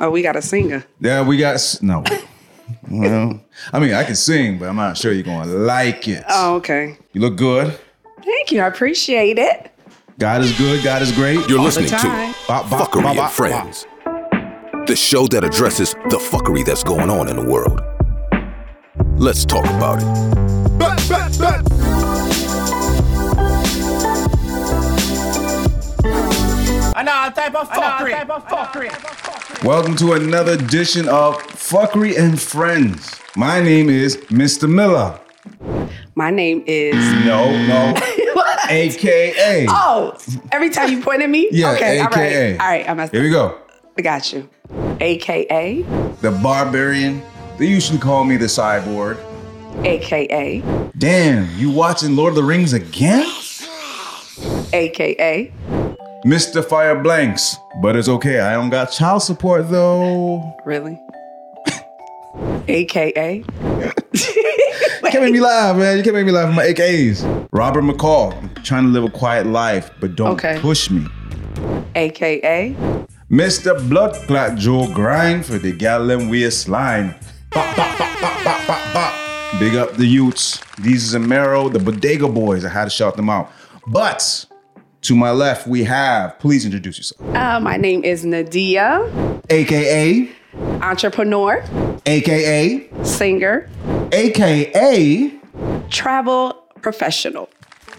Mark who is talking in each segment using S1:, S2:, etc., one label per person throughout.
S1: Oh, we got a singer.
S2: Yeah, we got s- no. well, I mean, I can sing, but I'm not sure you're gonna like it.
S1: Oh, okay.
S2: You look good.
S1: Thank you. I appreciate it.
S2: God is good. God is great.
S3: You're
S1: All the
S3: listening to
S1: time.
S2: Bop, bop,
S3: Fuckery
S2: bop,
S3: and
S2: bop,
S3: Friends, the show that addresses the fuckery that's going on in the world. Let's talk about it.
S2: bop. Welcome to another edition of Fuckery and Friends. My name is Mr. Miller.
S1: My name is.
S2: No, no. AKA.
S1: Oh, every time you point at me?
S2: Yeah,
S1: okay,
S2: AKA.
S1: all right. All right, I messed
S2: Here
S1: up.
S2: we go.
S1: I got you. AKA,
S2: The Barbarian. They usually call me the Cyborg.
S1: AKA,
S2: Damn, you watching Lord of the Rings again?
S1: AKA,
S2: Mr. Fire Blanks. But it's okay. I don't got child support though.
S1: really? AKA,
S2: You can't make me laugh, man. You can't make me laugh at my AKAs. Robert McCall. I'm trying to live a quiet life, but don't
S1: Okay.
S2: push me.
S1: AKA,
S2: Mr. Blood Clot Joe Grind for the gallon we slime. Bop, bop, bop, bop, bop, bop, bop. Big up the Utes. These is Amaro, the Bodega Boys. I had to shout them out. But to my left, we have, please introduce yourself.
S1: uh, my name is Nadia,
S2: AKA,
S1: entrepreneur,
S2: AKA,
S1: singer,
S2: AKA,
S1: travel professional.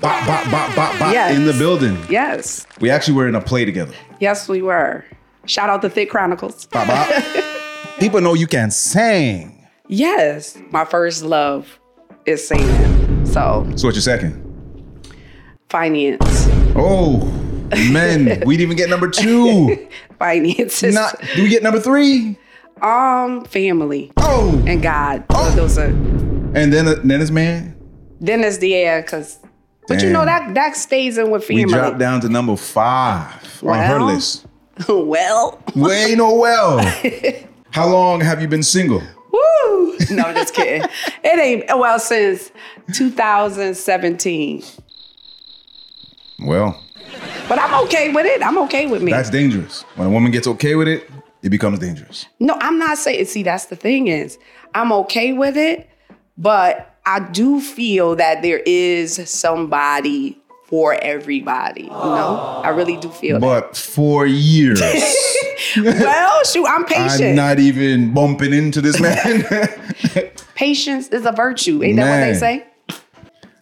S2: bop, bop, bop, bop, bop,
S1: Yes.
S2: in the building.
S1: Yes,
S2: We actually were in a play together.
S1: yes, we were. Shout out the Thick Chronicles.
S2: Bop, bop.
S1: Uh,
S2: People know you can sing.
S1: Yes, my first love is singing. So,
S2: So what's your second?
S1: finance,
S2: Oh, men, we didn't even get number two.
S1: finances,
S2: Not, do we get number three?
S1: um, family,
S2: Oh,
S1: and God. Those are.
S2: and then uh, then this man,
S1: Then it's the air, cause but you
S2: Damn.
S1: know that that stays in with
S2: we
S1: family.
S2: dropped down to number five on her
S1: Well.
S2: list.
S1: well,
S2: Way no well. How long have you been single?
S1: woo. No, I'm just kidding. it ain't well since 2017,
S2: Well,
S1: but I'm okay with it. I'm okay with me.
S2: that's dangerous. When a woman gets okay with it, it becomes dangerous.
S1: no, I'm not saying. See, that's the thing is, I'm okay with it, but I do feel that there is somebody for everybody. You know, I really do feel
S2: But four years,
S1: that. Well, shoot, I'm patient.
S2: I'm not even bumping into this man.
S1: Patience is a virtue. Ain't that what
S2: Man.
S1: they say?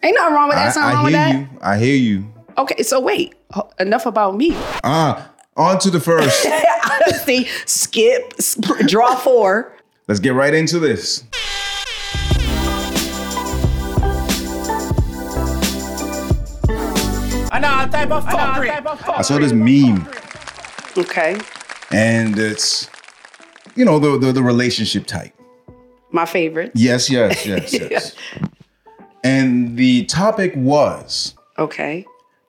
S1: Ain't nothing wrong with that.
S2: I,
S1: Something wrong
S2: I
S1: with that.
S2: hear you. I hear you.
S1: Okay, so wait. Ho- Enough about me.
S2: Ah, on to the first.
S1: Honesty, skip, sp- draw four.
S2: Let's get right into this. I saw this meme,
S1: Okay,
S2: and it's, you know, the the, the relationship type.
S1: my favorite.
S2: Yes, yes, yes, yes. and the topic was
S1: Okay.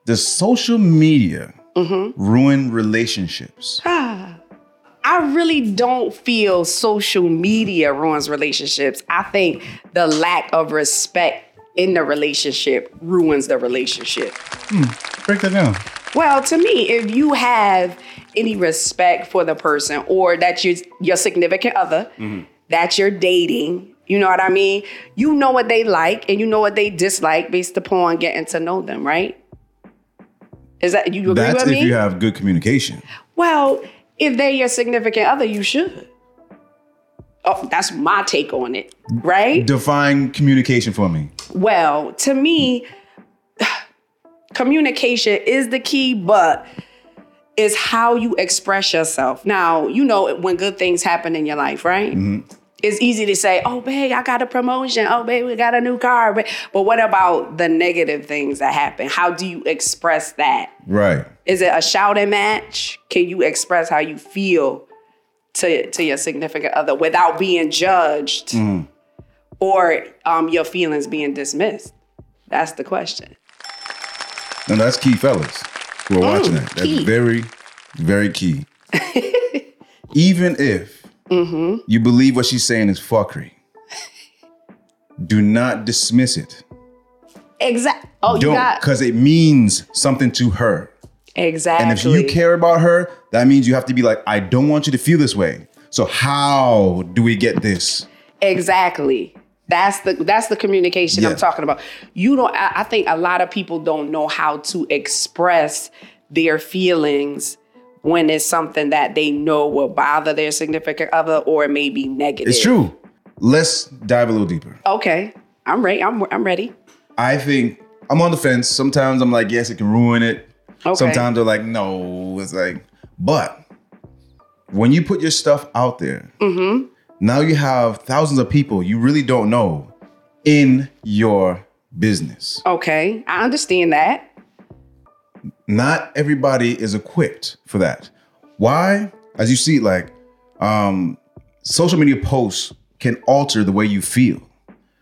S2: the social media
S1: Mm-hmm.
S2: ruin relationships.
S1: I really don't feel social media ruins relationships. I think the lack of respect in the relationship ruins the relationship.
S2: Break that down.
S1: Well, to me, if you have any respect for the person or that you your significant other that you're dating, you know what I mean? You know what they like and you know what they dislike based upon getting to know them, right? Is that you agree
S2: That's
S1: with
S2: if
S1: me?
S2: you have good communication.
S1: well, if they're your significant other, you should. Oh, that's my take on it, right?
S2: Define communication for me.
S1: Well, to me, communication is the key, but is how you express yourself. Now, you know when good things happen in your life, right? It's easy to say, "Oh, babe, I got a promotion. Oh, babe, we got a new car." But but what about the negative things that happen? How do you express that?
S2: Right.
S1: Is it a shouting match? Can you express how you feel to, to your significant other without being judged
S2: Mm.
S1: or um, your feelings being dismissed? That's the question.
S2: And that's key, fellas, who are watching that. That's
S1: Oh, key.
S2: very, very key. Even if
S1: Mm-hmm.
S2: you believe what she's saying is fuckery, do not dismiss it.
S1: Exactly. Oh, you
S2: Don't,
S1: got
S2: because it means something to her.
S1: exactly.
S2: And if you care about her, that means you have to be like, I don't want you to feel this way. So how do we get this?
S1: Exactly. That's the that's the communication
S2: Yeah.
S1: I'm talking about. You don't. I, I think a lot of people don't know how to express their feelings when it's something that they know will bother their significant other or it may be negative.
S2: It's true. Let's dive a little deeper.
S1: Okay, I'm ready. I'm I'm ready.
S2: I think I'm on the fence. Sometimes I'm like, yes, it can ruin it.
S1: Okay.
S2: Sometimes they're like, no. It's like, but when you put your stuff out there,
S1: Mm-hmm.
S2: now you have thousands of people you really don't know in your business.
S1: Okay, I understand that.
S2: Not everybody is equipped for that. Why? As you see, like, um, social media posts can alter the way you feel.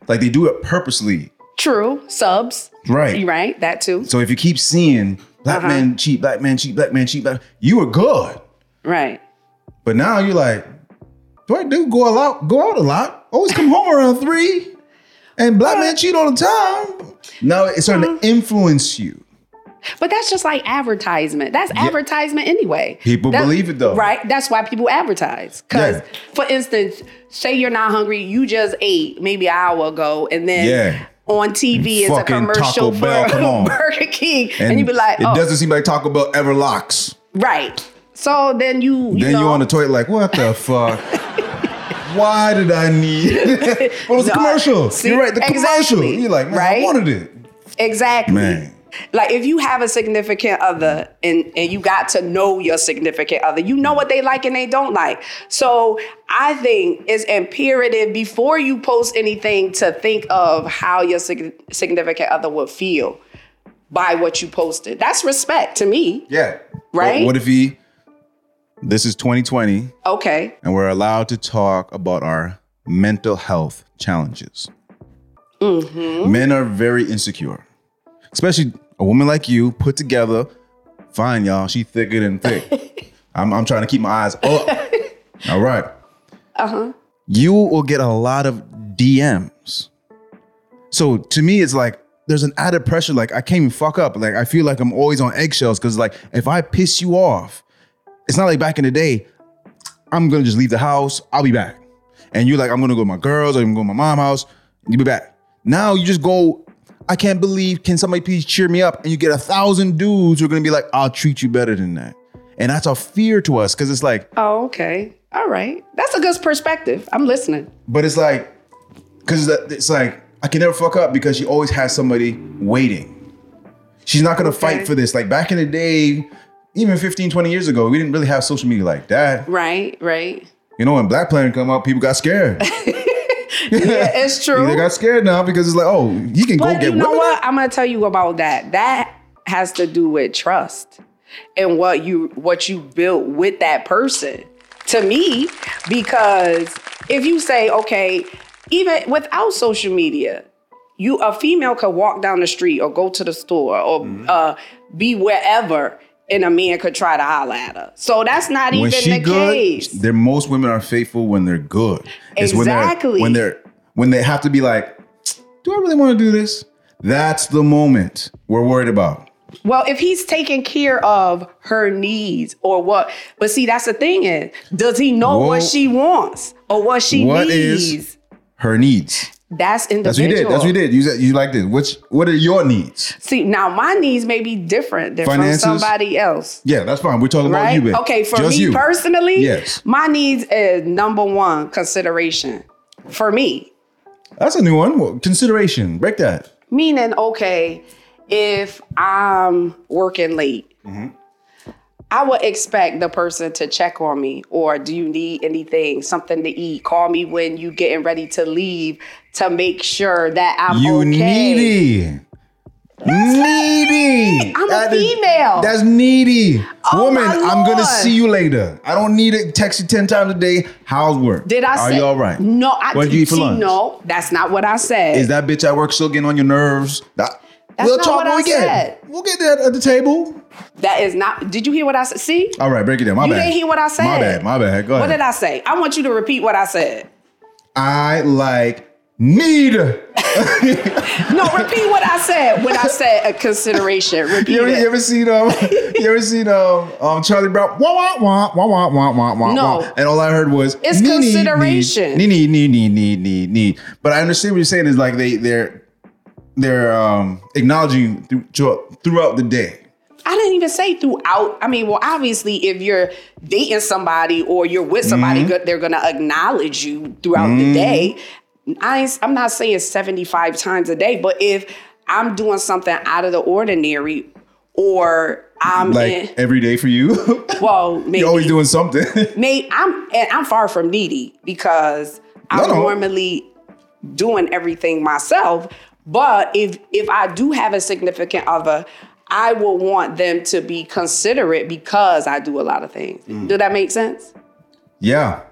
S2: Like they do it purposely,
S1: True. Subs.
S2: right?
S1: You right? That too.
S2: So if you keep seeing black
S1: Uh-huh.
S2: man cheat, black man cheat, black man cheat, black, you were good.
S1: Right.
S2: But now you're like, do I do go out, go out a lot? Always come home around three, and black man cheat all the time. Now it's starting
S1: Mm-hmm.
S2: to influence you.
S1: But that's just like advertisement. That's advertisement anyway.
S2: People
S1: That-
S2: believe it though.
S1: Right? That's why people advertise. Because,
S2: Yeah.
S1: for instance, say you're not hungry, you just ate maybe an hour ago, and then
S2: Yeah.
S1: on TV is a
S2: Fucking Taco
S1: commercial
S2: Bell,
S1: for
S2: come on.
S1: Burger King, and, you be like,
S2: it
S1: oh,
S2: doesn't seem like Taco Bell ever locks.
S1: right. So then you, you
S2: then
S1: know,
S2: you're on the toilet like, what the fuck? Why did I need? what was the
S1: No,
S2: commercial?
S1: see,
S2: you're right, the commercial.
S1: exactly,
S2: You're like, man, I
S1: right?
S2: wanted it.
S1: Exactly.
S2: Man.
S1: Like if you have a significant other and, and you got to know your significant other, you know what they like and they don't like. So I think it's imperative before you post anything to think of how your sig- significant other would feel by what you posted. That's respect to me.
S2: Yeah.
S1: Right?
S2: But what if he? This is 2020.
S1: Okay.
S2: and we're allowed to talk about our mental health challenges. Men are very insecure, especially a woman like you, put together. Fine, y'all. She thicker than thick. I'm, I'm trying to keep my eyes up. All right.
S1: Uh huh.
S2: You will get a lot of DMs. So to me, it's like there's an added pressure. Like I can't even fuck up. Like I feel like I'm always on eggshells because like if I piss you off, it's not like back in the day. I'm gonna just leave the house. I'll be back. And you're like, I'm gonna go to my girls. or I'm gonna go to my mom's house. And you be back. Now you just go. I can't believe. Can somebody please cheer me up? And you get a thousand dudes who are gonna be like, I'll treat you better than that. And that's a fear to us because it's like
S1: Oh, okay. All right. That's a good perspective. I'm listening.
S2: But it's like, because it's like, I can never fuck up because she always has somebody waiting. She's not gonna
S1: Okay.
S2: fight for this. Like back in the day, even 15, 20 years ago, we didn't really have social media like that.
S1: Right. Right.
S2: You know, when Black Planet come out, people got scared.
S1: Yeah, it's true.
S2: they got scared now because it's like, oh, he can go
S1: But
S2: get
S1: you know
S2: women.
S1: what? I'm gonna tell you about that. That has to do with trust and what you what you built with that person. To me, because if you say, okay, even without social media, you a female could walk down the street or go to the store or
S2: Mm-hmm.
S1: uh, be wherever, and a man could try to holler at her. So that's not
S2: When
S1: even
S2: she
S1: the
S2: good,
S1: case.
S2: they're, most women are faithful when they're good.
S1: Exactly.
S2: When they're, when they're when they have to be like, do I really want to do this? That's the moment we're worried about.
S1: Well, if he's taking care of her needs or what, but see, that's the thing is, does he know
S2: Whoa.
S1: what she wants or what she
S2: What
S1: needs?
S2: is- Her needs.
S1: that's
S2: That's what you
S1: individual.
S2: did. That's what you did. You said you like this. What's what are your needs?
S1: See, now my needs may be different than
S2: Finances?
S1: from somebody else.
S2: Yeah, that's fine. We're talking
S1: right?
S2: about you, babe.
S1: okay, for
S2: Just
S1: me
S2: you.
S1: personally,
S2: Yes.
S1: my needs is number one consideration for me.
S2: That's a new one. Well, consideration. Break that.
S1: Meaning, okay, if I'm working late,
S2: Mm-hmm.
S1: I would expect the person to check on me or do you need anything, something to eat? Call me when you getting ready to leave to make sure that I'm
S2: you
S1: okay.
S2: needy. Needy.
S1: I'm a
S2: That is-
S1: female.
S2: that's needy.
S1: Oh,
S2: Woman,
S1: my
S2: I'm gonna
S1: Lord.
S2: see you later. I don't need it. Text you ten times a day. How's work?
S1: Did I
S2: Are
S1: say
S2: you all right?
S1: No, I
S2: What did you eat for
S1: see,
S2: lunch?
S1: No, that's not what I said.
S2: Is that bitch at work still getting on your nerves? That-
S1: That's
S2: we'll
S1: not
S2: talk
S1: what
S2: when
S1: I
S2: we get.
S1: said.
S2: We'll get that at the table.
S1: that is not. Did you hear what I said? See,
S2: All right, break it down. My
S1: you
S2: bad.
S1: didn't hear what I said.
S2: My bad. My bad. Go
S1: What
S2: Oh, ahead.
S1: did I say? I want you to repeat what I said.
S2: I like need.
S1: No, repeat what I said. When I said a consideration, repeat
S2: You ever, you
S1: it.
S2: ever seen um you ever seen um um Charlie Brown wah wah wah wah wah wah wah wah
S1: No.
S2: wah and all I heard was
S1: It's
S2: "Nee, nee, nee,
S1: consideration.
S2: nee nee nee nee nee nee nee but I understand what you're saying is like they they're they're um acknowledging you through, throughout the day
S1: I didn't even say throughout. I mean, well, obviously, if you're dating somebody or you're with somebody,
S2: Mm-hmm.
S1: good they're gonna acknowledge you throughout the day. I ain't, I'm not saying 75 times a day, but if I'm doing something out of the ordinary, or I'm
S2: like
S1: in,
S2: every day for you
S1: well, maybe
S2: you're always doing something
S1: May I'm and I'm far from needy because I'm
S2: No, no.
S1: normally doing everything myself. But if if I do have a significant other, I will want them to be considerate because I do a lot of things.
S2: Mm.
S1: Do that make sense?
S2: yeah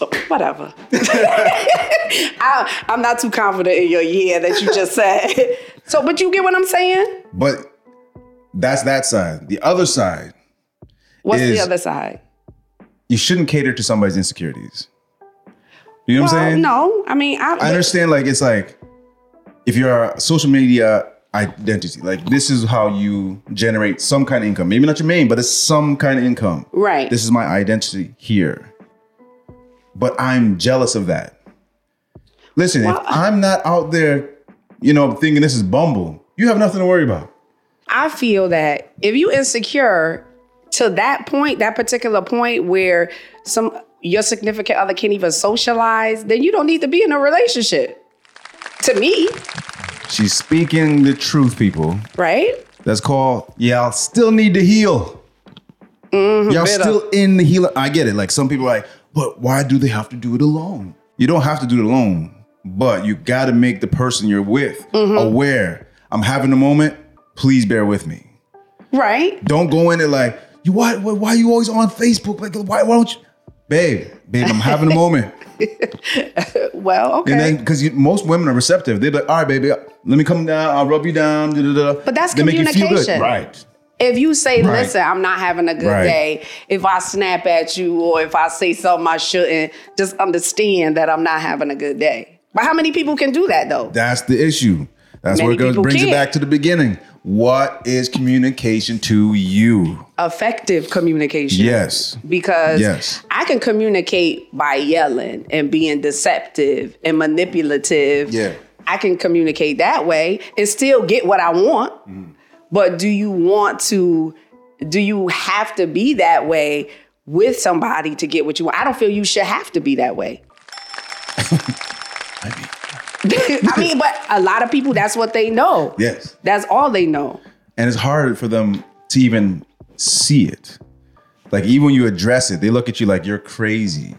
S2: Oh.
S1: Whatever. I, I'm not too confident in your year that you just said. so, but you get what I'm saying?
S2: but that's that side the other side
S1: What's the
S2: Is-
S1: other side?
S2: you shouldn't cater to somebody's insecurities you know what I'm
S1: Well,
S2: saying
S1: no, I mean, I,
S2: I understand like it's like if you're a social media identity, like this is how you generate some kind of income. Maybe not your main, but it's some kind of income.
S1: Right.
S2: This is my identity here. But I'm jealous of that. Listen, if
S1: Well-
S2: I'm not out there, you know, thinking this is Bumble, you have nothing to worry about.
S1: I feel that if you insecure to that point, that particular point where some your significant other can't even socialize, then you don't need to be in a relationship. To me,
S2: She's speaking the truth, people.
S1: right?
S2: That's called y'all still need to heal. y'all
S1: Mm-hmm. better.
S2: still in the healer. I get it. Like some people are like, but why do they have to do it alone? You don't have to do it alone, but you got to make the person you're with
S1: Mm-hmm.
S2: aware. I'm having a moment. Please bear with me.
S1: Right?
S2: Don't go in it like you. Why? Why, why you always on Facebook? Like why? Why don't you? Babe, babe, I'm having a moment.
S1: Well, okay.
S2: And then because most women are receptive, they're like, all right, baby, let me come down. I'll rub you down. Da, da, da.
S1: But that's
S2: They make you feel good.
S1: communication.
S2: right?
S1: if you say,
S2: Right.
S1: listen, I'm not having a good
S2: Right.
S1: day, if I snap at you or if I say something I shouldn't, just understand that I'm not having a good day. But how many people can do that though?
S2: That's the issue. That's
S1: Many
S2: where it goes,
S1: people
S2: brings it
S1: can't.
S2: back to the beginning. What is communication to you?
S1: Effective communication.
S2: Yes.
S1: because
S2: Yes.
S1: I can communicate by yelling and being deceptive and manipulative.
S2: Yeah.
S1: I can communicate that way and still get what I want.
S2: Mm-hmm.
S1: But do you want to do you have to be that way with somebody to get what you want? I don't feel you should have to be that way. I mean, but a lot of people that's what they know.
S2: Yes.
S1: That's all they know.
S2: And it's hard for them to even see it. Like even when you address it, they look at you like you're crazy.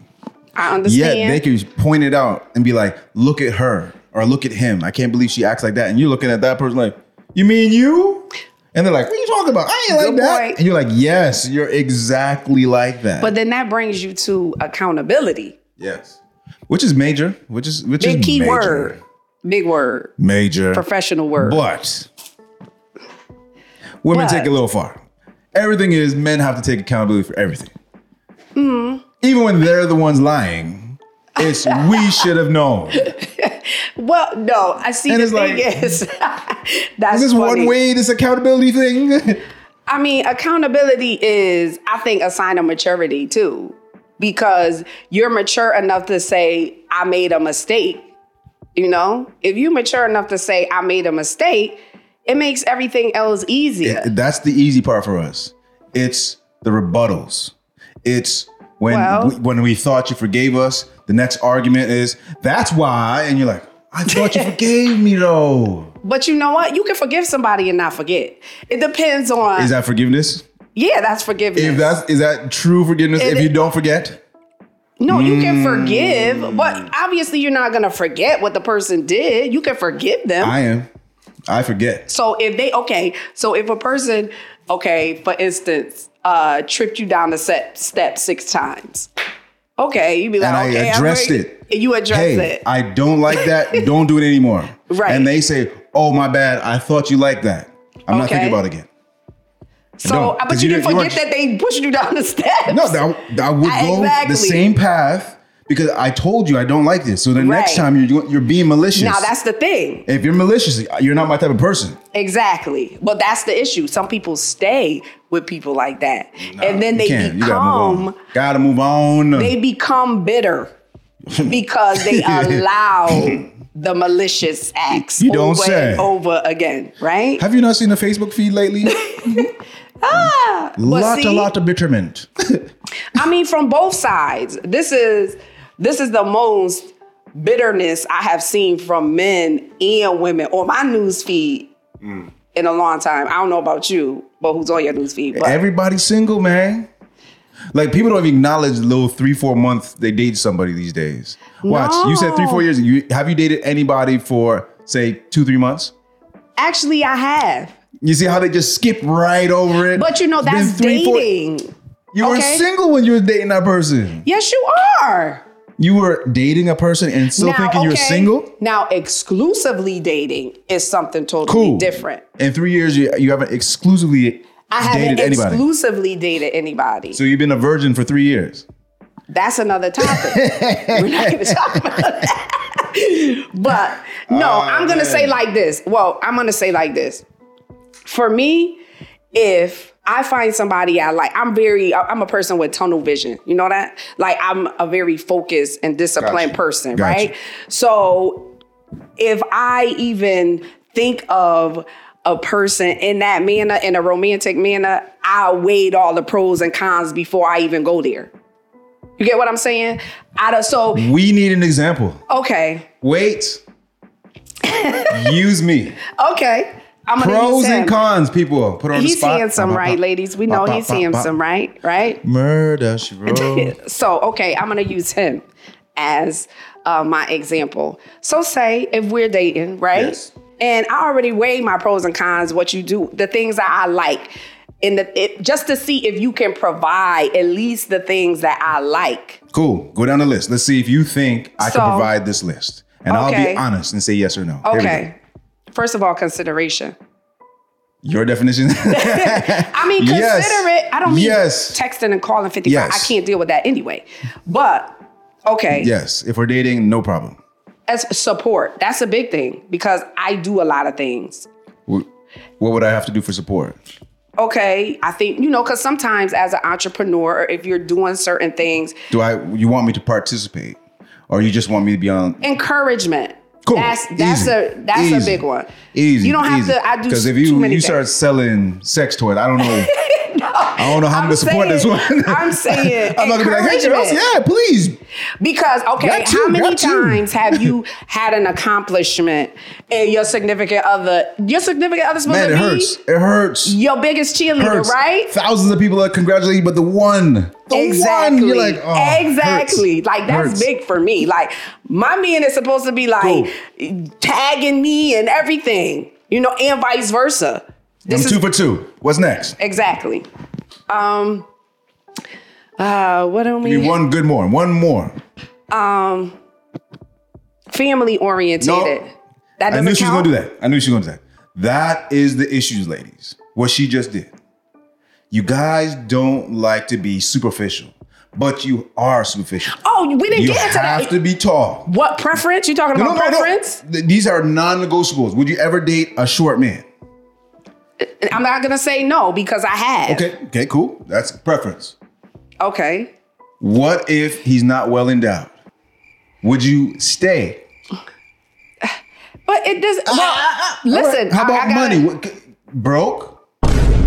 S1: I
S2: Yet
S1: understand.
S2: they can point it out and be like, look at her or look at him. I can't believe she acts like that. And you're looking at that person like, you mean you? And they're like, what are you talking about? I ain't like
S1: Good
S2: that.
S1: point.
S2: And you're like, yes, you're exactly like that.
S1: but then that brings you to accountability.
S2: Yes. Which is major. Which is which
S1: Big
S2: is
S1: key
S2: major.
S1: word. Big word.
S2: Major.
S1: Professional word.
S2: But women
S1: But-
S2: take it a little far. Everything is men have to take accountability for everything. Even when they're the ones lying, it's we should have known.
S1: Well, no, I see
S2: And
S1: the
S2: it's
S1: thing
S2: like-
S1: is that's
S2: This one
S1: funny.
S2: way, this accountability thing.
S1: I mean, accountability is, I think, a sign of maturity too, because you're mature enough to say, I made a mistake. You know, if you're mature enough to say, I made a mistake, it makes everything else easier.
S2: That's the easy part for us. It's the rebuttals. It's when
S1: Well-
S2: we, when we thought you forgave us. The next argument is that's why, and you're like, I thought you forgave me though.
S1: but you know what? You can forgive somebody and not forget. It depends on,
S2: Is that forgiveness?
S1: yeah, that's forgiveness.
S2: If that's is that true forgiveness?
S1: It-
S2: if you don't forget,
S1: No, you can forgive,
S2: Mm.
S1: but obviously you're not gonna forget what the person did. You can forgive them.
S2: I am. I forget.
S1: so if they okay, so if a person, okay, for instance, uh tripped you down the set step six times. Okay, you be like,
S2: And I
S1: okay, I'm
S2: addressed
S1: ready-
S2: it.
S1: And you address
S2: Hey,
S1: it.
S2: I don't like that. don't do it anymore.
S1: Right.
S2: And they say, "Oh my bad. I thought you liked that. I'm not thinking
S1: Okay.
S2: about it again."
S1: so
S2: don't,
S1: but
S2: 'cause
S1: you
S2: you
S1: didn't
S2: didn't- you
S1: forget that they pushed you down the steps.
S2: No, that, that would go
S1: Exactly.
S2: the same path because I told you I don't like this. So the next
S1: Right.
S2: time you're doing- you're being malicious.
S1: Now that's the thing.
S2: if you're malicious, you're not my type of person.
S1: Exactly. But that's the issue. Some people stay with people like that. and then
S2: You
S1: they
S2: can't. You gotta move
S1: become
S2: on. Gotta move on.
S1: they become bitter because they allow the malicious acts
S2: You don't
S1: over
S2: say.
S1: and over again, right?
S2: Have you not seen the Facebook feed lately?
S1: ah, but
S2: lot
S1: see,
S2: a lot of bitterment.
S1: I mean, from both sides. This is this is the most bitterness I have seen from men and women on my news feed
S2: Mm.
S1: in a long time. I don't know about you, but who's on your news feed? But
S2: Everybody's single, man. Like people don't even acknowledge the little three, four months they date somebody these days. Watch, you said three, four years. You have you dated anybody for say two, three months?
S1: actually, I have.
S2: You see how they just skip right over it.
S1: But you know,
S2: It's been
S1: that's
S2: three, four-
S1: dating.
S2: you were
S1: okay.
S2: single when you were dating that person.
S1: Yes, you are.
S2: You were dating a person and still thinking you're
S1: okay,
S2: single.
S1: Now, exclusively dating is something totally
S2: Cool.
S1: different.
S2: In three years, you, you haven't exclusively
S1: I haven't
S2: dated anybody.
S1: exclusively dated anybody.
S2: so you've been a virgin for three years.
S1: That's another topic. We're not going to talk about that. But no,
S2: Oh,
S1: I'm going to say
S2: man.
S1: like this. Well, I'm going to say like this. For me, if I find somebody I like, I'm very, I- I'm a person with tunnel vision. You know that? Like, I'm a very focused and disciplined
S2: Gotcha.
S1: person,
S2: Gotcha.
S1: right? So if I even think of a person in that manner, in a romantic manner, I weighed all the pros and cons before I even go there. You get what I'm saying? I don't, so
S2: We need an example.
S1: okay,
S2: Wait. Use me.
S1: okay. I'm gonna
S2: Pros
S1: use him.
S2: and cons, people. Put her on the
S1: He's
S2: spot.
S1: handsome,
S2: Ba, ba,
S1: right,
S2: ba.
S1: ladies? We
S2: Ba,
S1: know
S2: ba,
S1: he's
S2: ba, ba.
S1: handsome, right? Right?
S2: Murder, she wrote.
S1: So okay, I'm gonna use him as uh, my example. So say if we're dating, right?
S2: Yes.
S1: And I already weigh my pros and cons, what you do, the things that I like, and the, it, just to see if you can provide at least the things that I like.
S2: cool. Go down the list. Let's see if you think I
S1: So-
S2: can provide this list. And I'll
S1: Okay.
S2: be honest and say yes or no. Here we go.
S1: Okay. First of all, consideration.
S2: Your definition.
S1: I mean, consider
S2: Yes.
S1: it. I don't mean
S2: Yes.
S1: texting and calling 55.
S2: Yes.
S1: I can't deal with that anyway. But okay.
S2: yes. If we're dating, no problem.
S1: As support. That's a big thing because I do a lot of things.
S2: Wh- What would I have to do for support?
S1: Okay. I think, you know, because sometimes as an entrepreneur, or if you're doing certain things,
S2: Do I you want me to participate? Or you just want me to be on
S1: encouragement.
S2: Cool.
S1: That's that's
S2: Easy.
S1: a that's a
S2: Easy.
S1: big one.
S2: Easy.
S1: You don't have
S2: easy.
S1: to I do
S2: because if
S1: too
S2: you
S1: many
S2: you
S1: things.
S2: start selling sex toys, I don't know. I don't know how I'm,
S1: I'm
S2: gonna support this
S1: saying-
S2: one.
S1: I'm saying
S2: I'm not gonna be like, hey, girls,
S1: encouragement.
S2: yeah, please.
S1: Because okay,
S2: Got you,
S1: how many
S2: got you.
S1: times have you had an accomplishment and your significant other? Your significant other's supposed
S2: Man,
S1: to
S2: it
S1: be
S2: hurts. It hurts.
S1: your biggest cheerleader,
S2: hurts.
S1: right?
S2: Thousands of people are congratulating you, but the one, the
S1: exactly.
S2: one, you're like, oh, hurts.
S1: exactly. Like that's
S2: Hurts.
S1: big for me. Like my man is supposed to be like
S2: Cool.
S1: tagging me and everything, you know, and vice versa.
S2: I'm
S1: This is
S2: two for two. What's next?
S1: exactly. Um. Uh, what do
S2: Give
S1: we?
S2: me one good more. One more.
S1: Um. Family oriented. That
S2: I
S1: doesn't
S2: knew she was
S1: count?
S2: gonna do that. I knew she was gonna do that. That is the issues, ladies. What she just did. You guys don't like to be superficial, but you are superficial.
S1: Oh, we didn't
S2: you
S1: get into
S2: have
S1: that.
S2: to be tall.
S1: What preference? You talking about preference?
S2: Th- These are non-negotiables. Would you ever date a short man?
S1: I'm not gonna say no because I have.
S2: Okay, okay, cool. That's preference.
S1: Okay.
S2: What if he's not well endowed? Would you stay?
S1: But it does.
S2: Ah,
S1: Well, listen.
S2: How
S1: I-
S2: about
S1: I gotta-
S2: money? What, c- broke?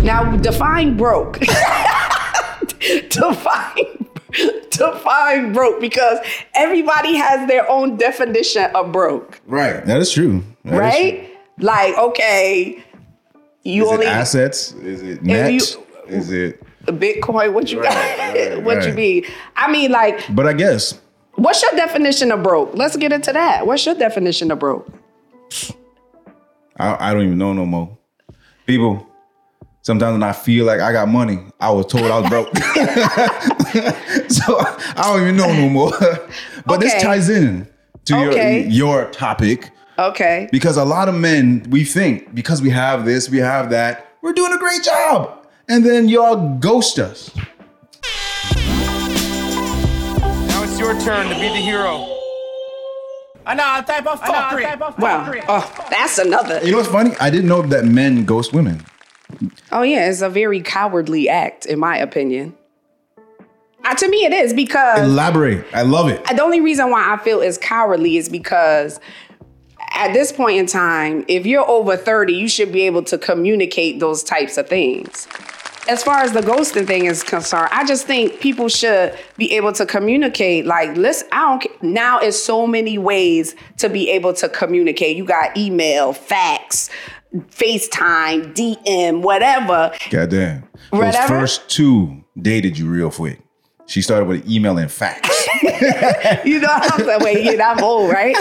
S1: Now define broke. define define broke because everybody has their own definition of broke,
S2: Right. That is true. That is true.
S1: right? Like okay, you
S2: Is
S1: only
S2: it assets? Is it net?
S1: you-
S2: is it?
S1: Bitcoin. What you got?
S2: Right, right,
S1: what you
S2: right.
S1: mean? I mean, like,
S2: But I guess
S1: what's your definition of broke? Let's get into that. What's your definition of broke?
S2: I, I don't even know no more. People, sometimes when I feel like I got money, I was told I was broke. so I don't even know no more. but this
S1: Okay.
S2: ties in to
S1: Okay.
S2: your your topic
S1: Okay.
S2: because a lot of men we think because we have this, we have that, we're doing a great job, and then y'all ghost us.
S4: Now it's your your turn to be the hero. Another type of fuckery. uh,
S1: Wow. Oh, that's another.
S2: You know what's funny? I didn't know that men ghost women.
S1: Oh yeah, it's a very cowardly act, in my opinion. Uh, to me, it is because
S2: Elaborate. I love it.
S1: the only reason why I feel it's cowardly is because at this point in time, if you're over thirty, you should be able to communicate those types of things. As far as the ghosting thing is concerned, I just think people should be able to communicate. Like, listen, I don't. ca- Now is so many ways to be able to communicate. You got email, fax, FaceTime, DM, whatever.
S2: Goddamn. Those
S1: Whatever.
S2: first two dated you real quick. She started with email and fax.
S1: You know what I'm saying? Wait, yeah, I'm old, right?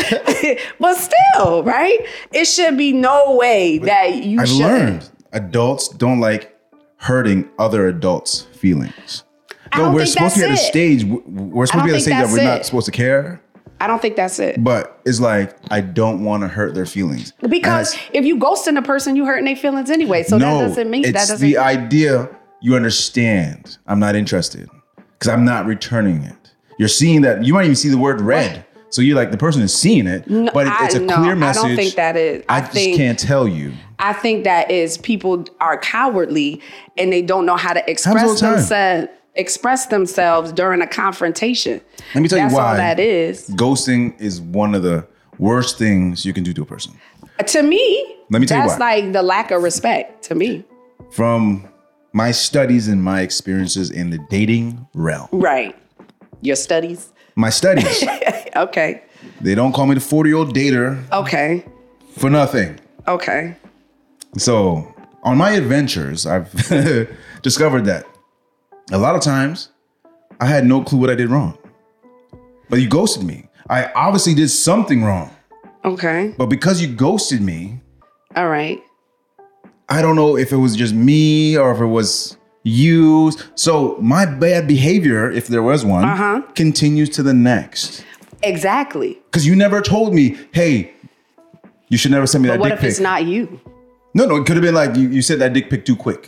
S1: but still, right? It should be no way that you
S2: I've
S1: should.
S2: learned adults don't like hurting other adults' feelings.
S1: I
S2: No,
S1: don't
S2: we're
S1: think
S2: supposed to be at
S1: that's it.
S2: a stage. We're supposed to
S1: don't
S2: be at a
S1: think
S2: stage that
S1: that's
S2: we're not
S1: it.
S2: supposed to care.
S1: I don't think that's it.
S2: But it's like I don't want to hurt their feelings And
S1: Because
S2: it's-
S1: if you ghosting a person, you hurting their feelings anyway. So
S2: no,
S1: that doesn't mean that
S2: it's
S1: doesn't.
S2: the idea. You understand? I'm not interested because I'm not returning it. You're seeing that. You might even see the word red. So you're like the person is seeing it,
S1: No,
S2: but it, it's
S1: I-
S2: a
S1: no,
S2: clear message.
S1: I don't think that is.
S2: I,
S1: I,
S2: just
S1: think
S2: can't tell you.
S1: I think that is people are cowardly and they don't know how to
S2: all
S1: express
S2: the time.
S1: themselves express themselves during a confrontation.
S2: Let me tell you
S1: That's
S2: why.
S1: all that is.
S2: Ghosting is one of the worst things you can do to a person.
S1: To me,
S2: Let me tell you
S1: that's
S2: why.
S1: like the lack of respect to me.
S2: From my studies and my experiences in the dating realm,
S1: Right. Your studies.
S2: my studies,
S1: Okay.
S2: they don't call me the 40 year old dater
S1: Okay.
S2: for nothing.
S1: Okay.
S2: So, on my adventures, I've discovered that a lot of times I had no clue what I did wrong. But you ghosted me. I obviously did something wrong.
S1: Okay.
S2: But because you ghosted me,
S1: All right.
S2: I don't know if it was just me or if it was you. So my bad behavior, if there was one,
S1: Uh-huh.
S2: continues to the next.
S1: Exactly.
S2: Because you never told me, hey, you should never send me
S1: But
S2: that
S1: what
S2: dick
S1: if
S2: pic.
S1: it's not you?
S2: no, no, it could have been like you, you said that dick pic too quick.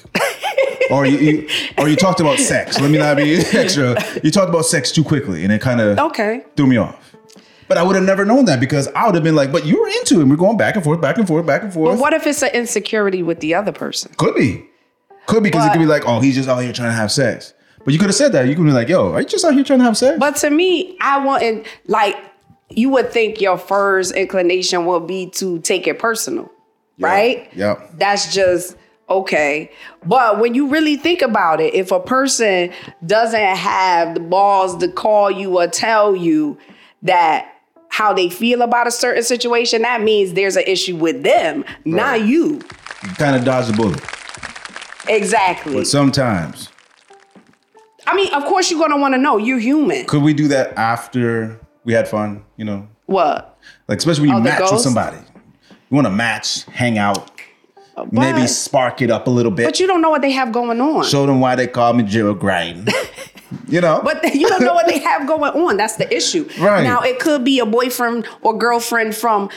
S2: or you, you or you talked about sex. Let me not be extra. You talked about sex too quickly and it kind of
S1: Okay.
S2: threw me off. But I would have never known that because I would have been like, but you were into it. We're going back and forth, back and forth, back and forth.
S1: But what if it's an insecurity with the other person?
S2: Could be. Could be because it
S1: But-
S2: could be like, oh, he's just out here trying to have sex. But you could have said that. You could be like, yo, are you just out here trying to have sex?
S1: But to me, I wouldn't like you would think your first inclination would be to take it personal, right?
S2: yeah.
S1: That's just okay. But when you really think about it, if a person doesn't have the balls to call you or tell you that how they feel about a certain situation, that means there's an issue with them, not you.
S2: you kind of dodged the bullet.
S1: Exactly.
S2: But sometimes,
S1: I mean, of course you're gonna wanna know. You're human.
S2: could we do that after we had fun? You know,
S1: What?
S2: like especially when you
S1: Oh, the
S2: match with
S1: ghost?
S2: somebody, you want to match, hang out, maybe
S1: But-
S2: spark it up a little bit.
S1: But you don't know what they have going on.
S2: show them why they call me Gerald Grind. you know,
S1: but you don't know what they have going on. That's the issue.
S2: Right.
S1: Now it could be a boyfriend or girlfriend from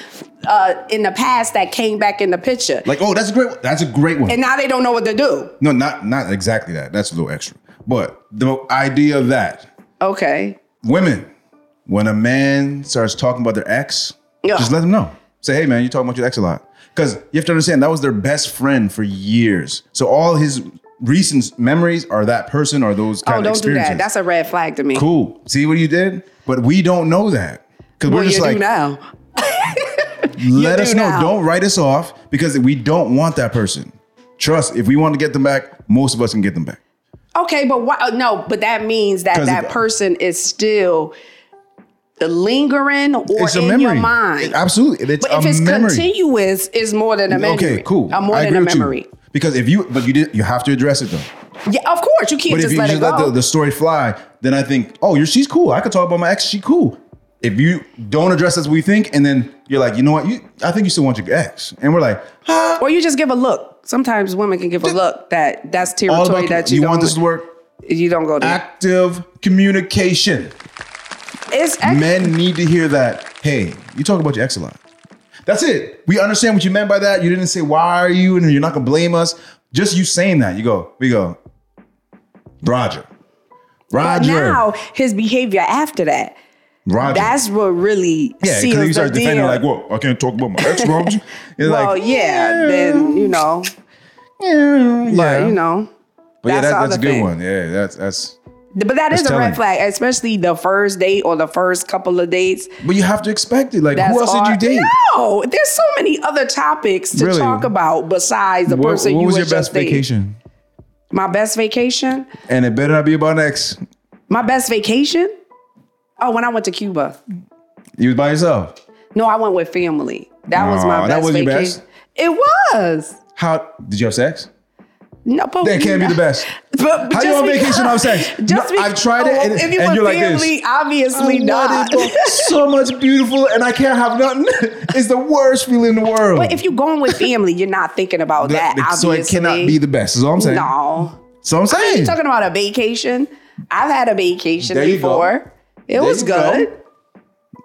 S1: uh, in the past that came back in the picture,
S2: like, oh, that's a great, one. that's a great one.
S1: and now they don't know what to do.
S2: no, not not exactly that. That's a little extra. But the idea of that,
S1: Okay.
S2: Women, when a man starts talking about their ex,
S1: Yeah.
S2: just let them know. Say, hey, man, you talking about your ex a lot. Because you have to understand that was their best friend for years. So all his recent memories are that person or those kind
S1: Oh,
S2: of
S1: don't do
S2: experiences.
S1: that. That's a red flag to me.
S2: cool. See what you did? But we don't know that. Because
S1: Well,
S2: we're just
S1: you
S2: like,
S1: do now.
S2: let
S1: do
S2: us know.
S1: now.
S2: Don't write us off because we don't want that person. Trust, if we want to get them back, most of us can get them back.
S1: Okay, but why? uh, No, but that means that
S2: 'Cause
S1: that
S2: it-
S1: person is still lingering or
S2: it's a
S1: in
S2: memory.
S1: your mind.
S2: Absolutely. It's
S1: but if
S2: a
S1: it's
S2: memory.
S1: continuous, it's more than a memory.
S2: Okay, cool.
S1: Uh, more
S2: I
S1: than a
S2: agree with you.
S1: memory.
S2: Because if you, but you did, you have to address it though.
S1: Yeah, of course you can't
S2: But
S1: just
S2: if you
S1: let
S2: just
S1: it
S2: let
S1: go.
S2: the, the story fly, then I think, oh, you're, she's cool. I could talk about my ex. She cool. If you don't address as we think, and then you're like, you know what? You, I think you still want your ex, and we're like, ah,
S1: or you just give a look. Sometimes women can give a look that that's
S2: all
S1: territory
S2: about
S1: that
S2: you,
S1: you, don't,
S2: want this to work.
S1: You don't go there.
S2: Active communication.
S1: it's ex-
S2: Men need to hear that. Hey, you talk about your ex a lot. That's it. We understand what you meant by that. You didn't say why are you, and you're not gonna blame us. Just you saying that. You go. We go. Roger.
S1: but
S2: Roger.
S1: now his behavior after that.
S2: Roger.
S1: That's what really
S2: yeah,
S1: seals
S2: because
S1: the
S2: you start defending
S1: deal.
S2: like, "Whoa, I can't talk about my ex girls."
S1: well, yeah,
S2: "Mm,
S1: then you know, but you know,
S2: But
S1: that's the
S2: yeah, that, that's a
S1: other
S2: good
S1: thing.
S2: one. Yeah, that's that's.
S1: th- but that
S2: That's
S1: is a
S2: telling.
S1: red flag, especially the first date or the first couple of dates.
S2: But you have to expect it. Like,
S1: That's
S2: who else
S1: all-
S2: did you date?
S1: No, there's so many other topics to
S2: Really?
S1: talk about besides the
S2: What,
S1: person
S2: what
S1: you
S2: was
S1: were
S2: your best
S1: just dating.
S2: vacation?
S1: My best vacation.
S2: And it better not be about an ex.
S1: My best vacation. Oh, when I went to Cuba.
S2: You was by yourself.
S1: No, I went with family. That was
S2: Aw,
S1: my best
S2: that was your
S1: vacation.
S2: best?
S1: It was.
S2: How did you have sex?
S1: No, but
S2: That can't be the best.
S1: But but
S2: How you
S1: just
S2: on vacation
S1: because-
S2: without sex?
S1: Just
S2: No, I've tried it,
S1: Oh,
S2: and-
S1: if you
S2: and
S1: were
S2: you're like this. Oh,
S1: family, obviously
S2: I
S1: not.
S2: love it, bro. so much beautiful, and I can't have nothing. it's the worst feeling in the world.
S1: But if you're going with family, you're not thinking about that.
S2: That- so
S1: obviously.
S2: it cannot be the best. eh? Is all I'm saying.
S1: No.
S2: So I'm saying.
S1: You're talking about a vacation. I've had a vacation
S2: There you go.
S1: before. It
S2: There
S1: was
S2: you go.
S1: good.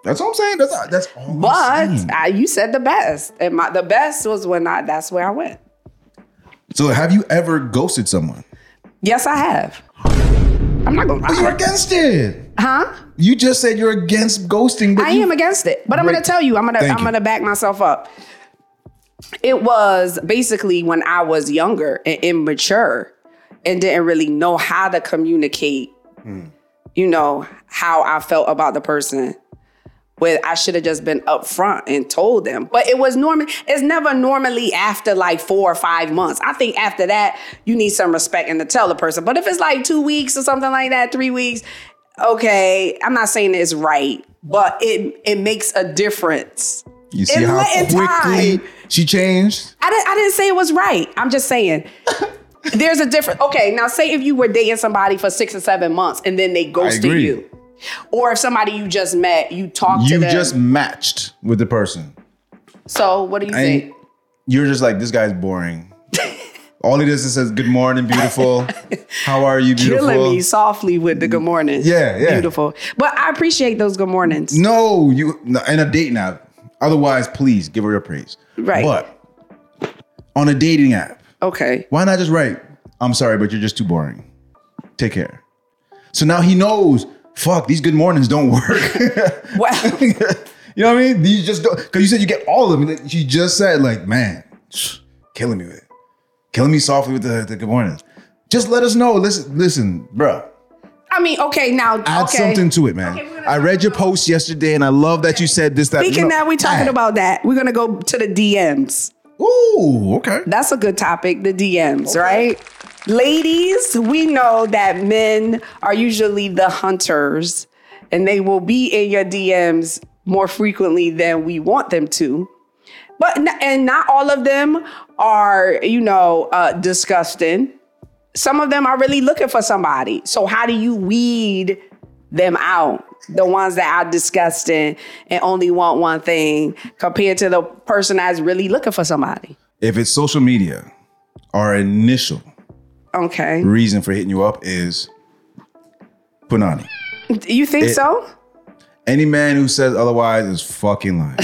S2: that's all I'm saying. That's that's all. I'm saying.
S1: But I, you said the best. And my the best was when I that's where I went.
S2: so have you ever ghosted someone?
S1: Yes, I have. I'm not gonna
S2: But you're
S1: lie.
S2: against it.
S1: Huh?
S2: You just said you're against ghosting. But
S1: I
S2: you,
S1: am against it. But I'm
S2: Great.
S1: gonna tell you, I'm gonna
S2: Thank
S1: I'm
S2: you.
S1: gonna back myself up. It was basically when I was younger and immature and didn't really know how to communicate, you know, how I felt about the person. Where I should have just been upfront and told them. But it was normal, it's never normally after like four or five months. I think after that, you need some respect and to tell the person. But if it's like two weeks or something like that, three weeks, okay, I'm not saying it's right, but it it makes a difference.
S2: You see
S1: in
S2: how
S1: letting
S2: quickly
S1: time.
S2: she changed.
S1: I didn't I didn't say it was right. I'm just saying there's a difference. Okay, now say if you were dating somebody for six or seven months and then they ghosted
S2: agree.
S1: you. Or if somebody you just met, you talked
S2: You
S1: to them.
S2: just matched with the person.
S1: so what do you
S2: And
S1: think?
S2: you're just like, this guy's boring. All it is is says, good morning, beautiful. How are you, beautiful?
S1: Killing me softly with the good morning.
S2: Yeah, yeah.
S1: Beautiful. But I appreciate those good mornings.
S2: No, you no, in a dating app. Otherwise, please give her your praise.
S1: Right.
S2: But on a dating app,
S1: Okay.
S2: why not just write, I'm sorry, but you're just too boring. Take care. So now he knows, fuck, these good mornings don't work.
S1: Well,
S2: you know what I mean? You just don't because you said you get all of them. Like, You just said like, man, killing me with it, killing me softly with the, the good morning. Just let us know. Listen, listen, bro.
S1: I mean, okay, now
S2: Add
S1: okay.
S2: something to it, man.
S1: we're gonna
S2: I read your post yesterday, and I love that you said this. That
S1: Speaking
S2: you know,
S1: that we talking
S2: add.
S1: about that, we're gonna go to the DMs.
S2: Ooh, okay.
S1: That's a good topic, the DMs, right? Ladies, we know that men are usually the hunters and they will be in your DMs more frequently than we want them to. But n- and not all of them are, you know, uh, disgusting. Some of them are really looking for somebody. So how do you weed them out? The ones that are disgusting and only want one thing compared to the person that's really looking for somebody.
S2: If it's social media, our initial
S1: Okay.
S2: reason for hitting you up is punani.
S1: You think
S2: It-
S1: so?
S2: Any man who says otherwise is fucking lying.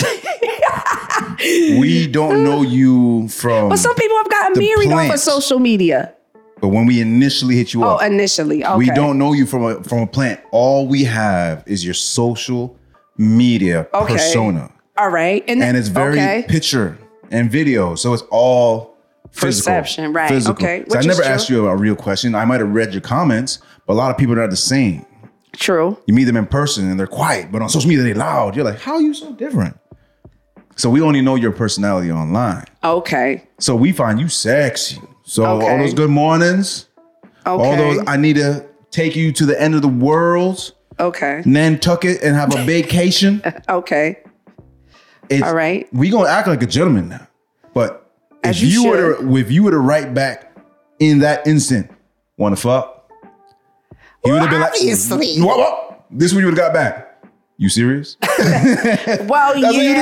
S2: we don't know you from.
S1: But some people have gotten
S2: the
S1: married off of
S2: plants.
S1: social media.
S2: But when we initially hit you
S1: Oh,
S2: up,
S1: initially. Okay.
S2: we don't know you from a from a plant. All we have is your social media
S1: Okay.
S2: persona,
S1: All right.
S2: and it's very
S1: okay.
S2: picture and video. So it's all physical,
S1: Perception, right,
S2: Physical.
S1: okay,
S2: So I
S1: which is
S2: never
S1: true.
S2: asked you a real question. I might have read your comments, but a lot of people are not the same.
S1: true.
S2: You meet them in person and they're quiet, but on social media they're loud. You're like, how are you so different? So we only know your personality online.
S1: Okay.
S2: So we find you sexy. So all
S1: Okay.
S2: those good mornings,
S1: Okay.
S2: all those I need to take you to the end of the world,
S1: okay.
S2: Nantucket, and have a vacation.
S1: Okay.
S2: It's,
S1: All right.
S2: we gonna act like a gentleman now. But
S1: As
S2: if
S1: you
S2: you, were to if you were to write back in that instant, wanna fuck? He would have been like,
S1: obviously.
S2: "Whoa, whoa." This one you would have got back. You serious?
S1: Well,
S2: That's what you do.
S1: yeah,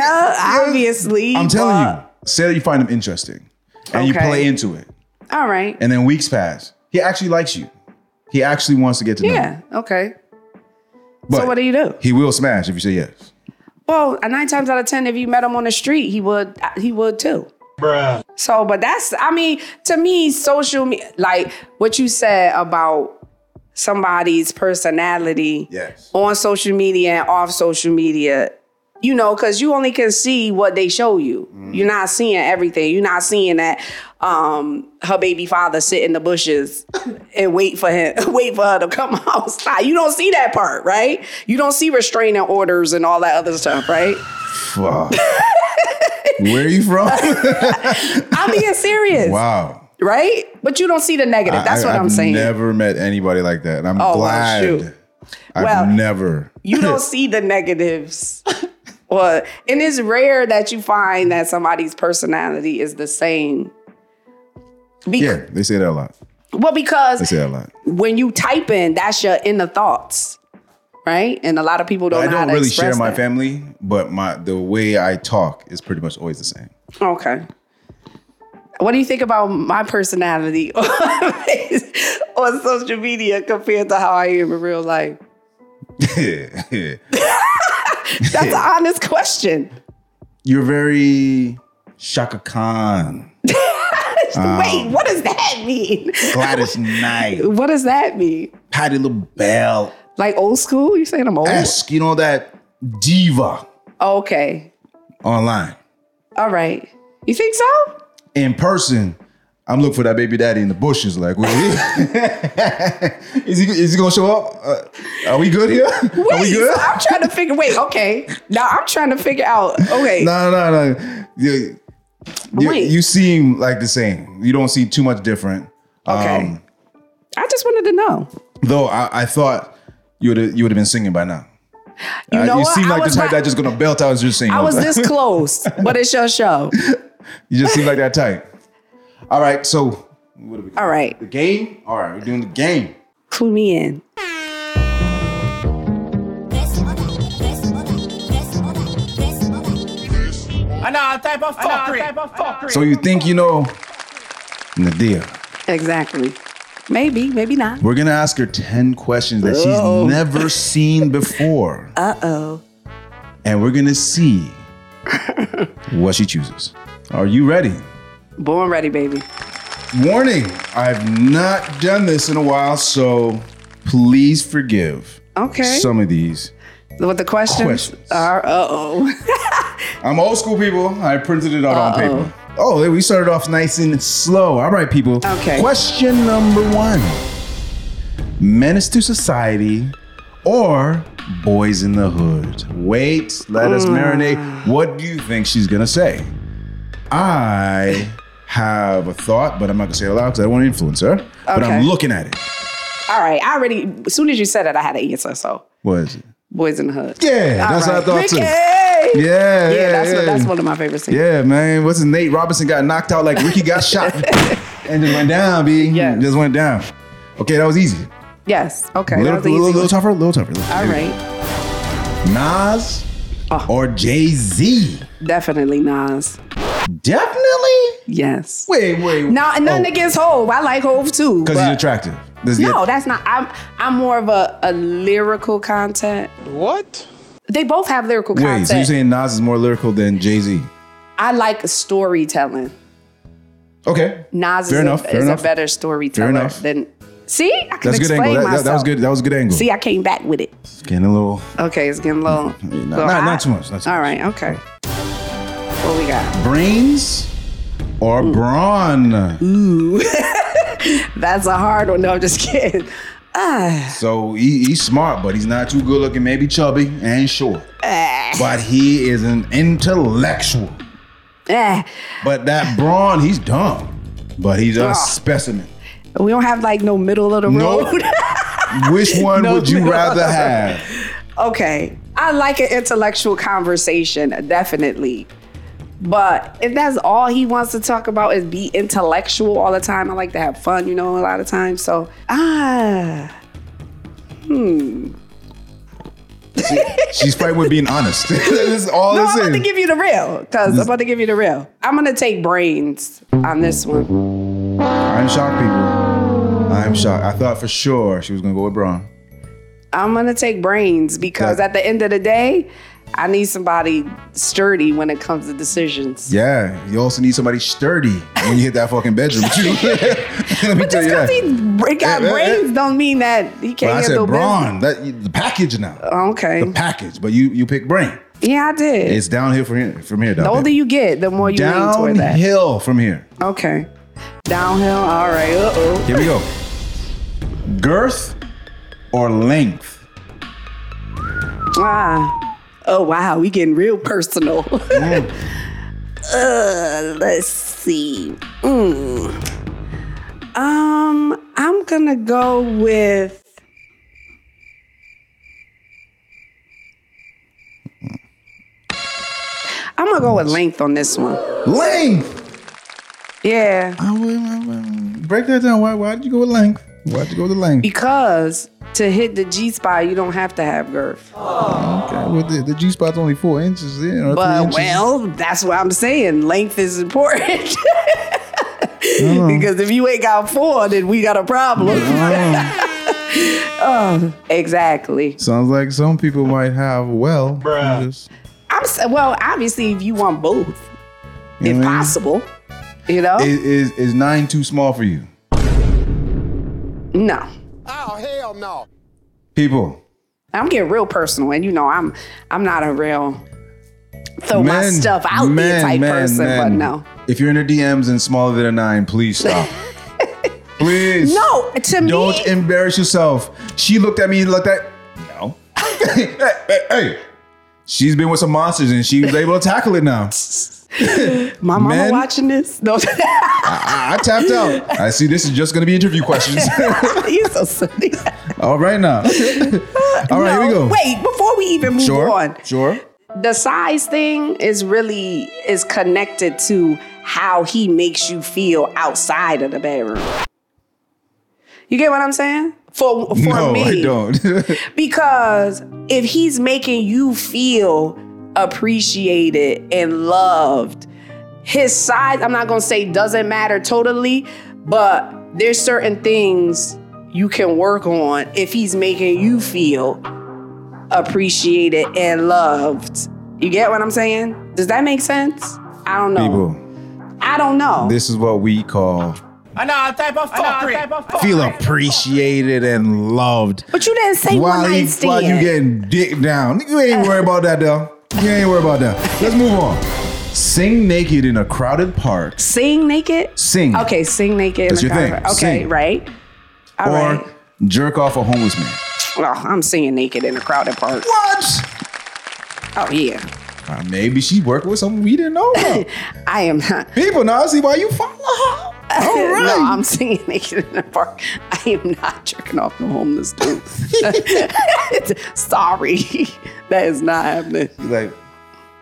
S2: Yeah.
S1: obviously.
S2: I'm telling you. Say that you find him interesting, and you
S1: Okay.
S2: play into it,
S1: you. All right.
S2: and then weeks pass. He actually likes you. He actually wants to get to know you.
S1: Yeah. Okay.
S2: But
S1: so what do you do?
S2: He will smash if you say yes.
S1: Well, nine times out of ten, if you met him on the street, he would he would too. Bruh. So, but that's I mean, to me, social me like what you said about somebody's personality
S2: Yes.
S1: on social media and off social media. You know, because you only can see what they show you.
S2: Mm.
S1: You're not seeing everything. You're not seeing that um, her baby father sit in the bushes and wait for him, wait for her to come outside. You don't see that part, right? You don't see restraining orders and all that other stuff, right?
S2: Fuck. Where are you from?
S1: I'm being serious,
S2: wow.
S1: right? But you don't see the negative. That's
S2: I,
S1: what
S2: I've
S1: am saying.
S2: never met anybody like that. And I'm
S1: well,
S2: glad.
S1: shoot.
S2: I've
S1: Well,
S2: never.
S1: you don't see the negatives. well, and it's rare that you find that somebody's personality is the same. Be-
S2: Yeah, they say that a lot.
S1: Well,
S2: They
S1: because
S2: say that a lot.
S1: when you type in, that's your inner thoughts, right? And a lot of people don't.
S2: I
S1: know how
S2: don't
S1: to
S2: really
S1: express
S2: share my
S1: that.
S2: family, but my the way I talk is pretty much always the same.
S1: Okay. What do you think about my personality on on social media compared to how I am in real life?
S2: yeah.
S1: That's an honest question.
S2: You're very Shaka Khan,
S1: Wait,
S2: Um,
S1: what does that mean?
S2: Gladys Knight,
S1: What does that mean?
S2: Patty LaBelle,
S1: Like old school? You saying I'm old?
S2: esque, you know, that diva
S1: Okay.
S2: online.
S1: All right. You think so?
S2: In person, I'm looking for that baby daddy in the bushes. Like, where he? is he is he gonna show up? Uh, are we good here?
S1: Wait,
S2: are we good?
S1: so I'm trying to figure. Wait, okay. Now I'm trying to figure out. Okay,
S2: No, no, no. You, you,
S1: Wait.
S2: you seem like the same. You don't seem too much different. Um,
S1: okay. I just wanted to know.
S2: Though I, I thought you would you would have been singing by now.
S1: You
S2: Uh,
S1: know
S2: you
S1: what?
S2: seem
S1: I
S2: like the
S1: was
S2: type
S1: my-
S2: that's just gonna belt out as you're singing.
S1: I was
S2: over.
S1: this close, but it's your show.
S2: you just seem like that type. All right, so what are we
S1: All right,
S2: the game? All right, we're doing the game.
S1: clue me in.
S4: Another type of fuckery. Another type of fuckery.
S2: So you think you know Nadia.
S1: Exactly. Maybe, maybe not.
S2: We're gonna ask her 10 questions that
S1: Oh.
S2: she's never seen before.
S1: Uh oh.
S2: and we're gonna see what she chooses. Are you ready?
S1: Born ready, baby.
S2: Warning, I've not done this in a while, so please forgive
S1: Okay.
S2: some of these.
S1: What the questions,
S2: Questions.
S1: are? Uh oh.
S2: I'm old school, people. I printed it out
S1: Uh-oh.
S2: on paper. Oh, we started off nice and slow. All right, people.
S1: Okay.
S2: Question number one Menace to society or boys in the hood? Wait, let us
S1: Hmm.
S2: marinate. What do you think she's going to say? I have a thought, but I'm not going to say it aloud because I don't want to influence her. But I'm
S1: Okay.
S2: looking at it.
S1: All right. I already. As soon as you said it, I had an answer. So,
S2: What is it?
S1: boys in the hood.
S2: Yeah,
S1: All
S2: that's
S1: right.
S2: what I thought
S1: Ricky!
S2: too.
S1: Yeah,
S2: Yeah,
S1: that's
S2: yeah.
S1: What, that's one of my favorite scenes.
S2: Yeah, man. What's his Nate Robinson got knocked out like Ricky got shot and just went down, B.
S1: Yes.
S2: Just went down. Okay, that was easy.
S1: Yes. Okay.
S2: little,
S1: that was an
S2: little,
S1: easy
S2: little
S1: one.
S2: tougher, little tougher.
S1: All right. Ah.
S2: Nas or Jay Z?
S1: Definitely Nas.
S2: Definitely.
S1: Yes.
S2: Wait, wait.
S1: Now, and nothing
S2: Oh,
S1: against Hove. I like Hove too.
S2: Cause
S1: but-
S2: he's attractive. Let's get-
S1: No, that's not. I'm I'm more of a, a lyrical content.
S4: What?
S1: They both have lyrical
S2: Wait,
S1: content.
S2: so you're saying Nas is more lyrical than Jay Z?
S1: I like storytelling.
S2: Okay.
S1: Nas is,
S2: Fair
S1: a,
S2: enough, fair
S1: is
S2: enough.
S1: a better storyteller
S2: enough.
S1: than. See, I can
S2: That's a good
S1: explain
S2: angle. That,
S1: myself.
S2: that, that was good. That was a good angle.
S1: See, I came back with it.
S2: It's getting a little.
S1: Okay, it's getting low.
S2: not- not- not too much, not too
S1: all
S2: much.
S1: right. Okay. What we got?
S2: Brains or
S1: Mm.
S2: brawn?
S1: That's a hard one. No, I'm just kidding. Ah,
S2: So he, he's smart, but he's not too good looking. Maybe chubby and short,
S1: ah,
S2: but he is an intellectual.
S1: ah.
S2: But that brawn, he's dumb, but he's a
S1: Ugh.
S2: specimen.
S1: We don't have like no middle of the
S2: Nope.
S1: road.
S2: Which one
S1: No,
S2: would you
S1: no.
S2: rather have?
S1: okay, I like an intellectual conversation, definitely. But if that's all he wants to talk about is be intellectual all the time, I like to have fun, you know, a lot of times. So, ah,
S2: She's fighting with being honest. this is all
S1: no,
S2: this
S1: I'm about to
S2: is.
S1: give you the real, because I'm about to give you the real. I'm gonna take brains on this one.
S2: I'm shocked, people. I'm shocked. I thought for sure she was gonna go with brawn.
S1: I'm gonna take brains because
S2: That-
S1: at the end of the day, I need somebody sturdy when it comes to decisions.
S2: Yeah, you also need somebody sturdy when you hit that fucking bedroom. Let me tell
S1: Just because
S2: you that.
S1: he got
S2: Yeah, yeah, yeah.
S1: brains don't mean that he
S2: But
S1: can't
S2: I
S1: handle business. Oh,
S2: said brawn. That the package now.
S1: Okay.
S2: The package, but you you pick brain.
S1: Yeah, I did.
S2: It's downhill from here. From here,
S1: the older you get, the more you lean toward that.
S2: downhill from here.
S1: Okay. Downhill. All right. Uh oh.
S2: Here we go. Girth or length?
S1: Ah. Oh wow, we getting real personal. uh, let's see. Mm. Um, I'm gonna go with. I'm gonna go with length on this one.
S2: Length.
S1: Yeah,
S2: I would- I would- Break that down. Why? Why did you go with length? Why'd you go with length?
S1: because to hit the G spot, you don't have to have girth.
S2: Okay, well, the, the G spot's only four inches. You know, three
S1: But
S2: inches.
S1: well, that's what I'm saying. Length is important. because if you ain't got four, then we got a problem.
S2: Oh,
S1: Exactly.
S2: sounds like some people might have well.
S4: Bruh.
S2: Just-
S1: I'm s- well, obviously, if you want both,
S2: You know
S1: if
S2: what I mean?
S1: possible, you know.
S2: Is, is is nine too small for you,
S1: no,
S4: Oh, hell no.
S2: people?
S1: I'm getting real personal, and you know, I'm I'm not a real throw Oh, my
S2: Men-
S1: stuff out there
S2: men,
S1: type
S2: men,
S1: person, but
S2: men.
S1: no.
S2: If you're in the DMs and smaller than a nine, please stop. please.
S1: No, to me,
S2: Don't embarrass yourself. She looked at me like that. No. hey, hey, hey. She's been with some monsters and she was able to tackle it now.
S1: my mama
S2: men-
S1: watching this. No,
S2: I, I tapped out. I see this is just gonna be interview questions.
S1: you're so silly.
S2: All right now. All right, here we
S1: No,
S2: go.
S1: Wait, before we even move
S2: Sure.
S1: on,
S2: Sure.
S1: the size thing is really is connected to how he makes you feel outside of the bedroom. You get what I'm saying? For for
S2: No,
S1: me,
S2: I don't.
S1: because if he's making you feel appreciated and loved, his size, I'm not gonna say doesn't matter totally, but there's certain things you can work on if he's making you feel appreciated and loved. You get what I'm saying? Does that make sense? I don't know.
S2: People,
S1: I don't know.
S2: this is what we call
S4: Another type of fuckery.
S2: feel appreciated and loved.
S1: but you didn't say one
S2: While,
S1: night
S2: you, while
S1: stand.
S2: you getting dick down. You ain't worry about that though. You ain't worry about that. Let's move on. Sing naked in a crowded park.
S1: sing naked.
S2: Sing.
S1: Okay, sing naked. in
S2: That's
S1: the
S2: your thing.
S1: car. Okay,
S2: Sing.
S1: right. All
S2: or
S1: right.
S2: jerk off a homeless man.
S1: Well, I'm singing naked in a crowded park.
S2: What?
S1: Oh yeah,
S2: Uh, maybe she working with someone we didn't know about.
S1: I am not.
S2: People now I see why you follow her. All right.
S1: no, I'm singing naked in a park. I am not jerking off the homeless dude. Sorry, that is not happening.
S2: She's like,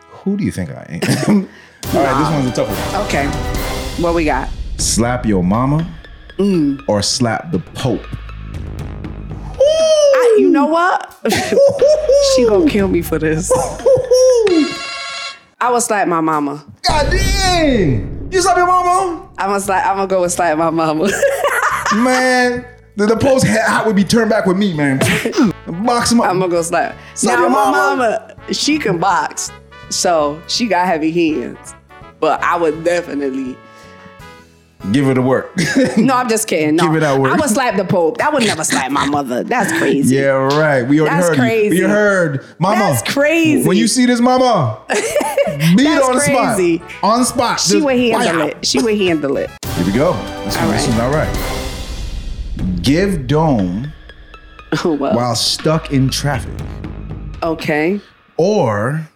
S2: who do you think I am? All right, this one's a tough one.
S1: Okay, what we got?
S2: Slap your mama
S1: Mm.
S2: or slap the Pope.
S1: I, you know what? she gonna kill me for this. I would slap my mama.
S2: God dang! You slap your mama?
S1: I'm gonna slap. I'm gonna go with slap my mama.
S2: Man, the, the Pope's head out would be turned back with me, man. Box him up.
S1: I'm gonna go slap.
S2: Slap
S1: now
S2: your
S1: my
S2: mama.
S1: mama, she can box, so she got heavy hands. But I would definitely.
S2: Give her the work.
S1: No, I'm just kidding. No,
S2: Give it that word.
S1: I would slap the Pope. I would never slap my mother. That's crazy.
S2: yeah, right. We already
S1: That's
S2: heard.
S1: crazy.
S2: You. We heard. Mama.
S1: That's crazy.
S2: When you see this, mama, beat
S1: That's
S2: on the
S1: crazy.
S2: spot. On the spot.
S1: She
S2: Just
S1: would handle
S2: fire.
S1: it. She would handle it.
S2: Here we go. This
S1: All
S2: one- this
S1: right.
S2: one's all right. Give dome
S1: Oh well.
S2: while stuck in traffic,
S1: Okay.
S2: or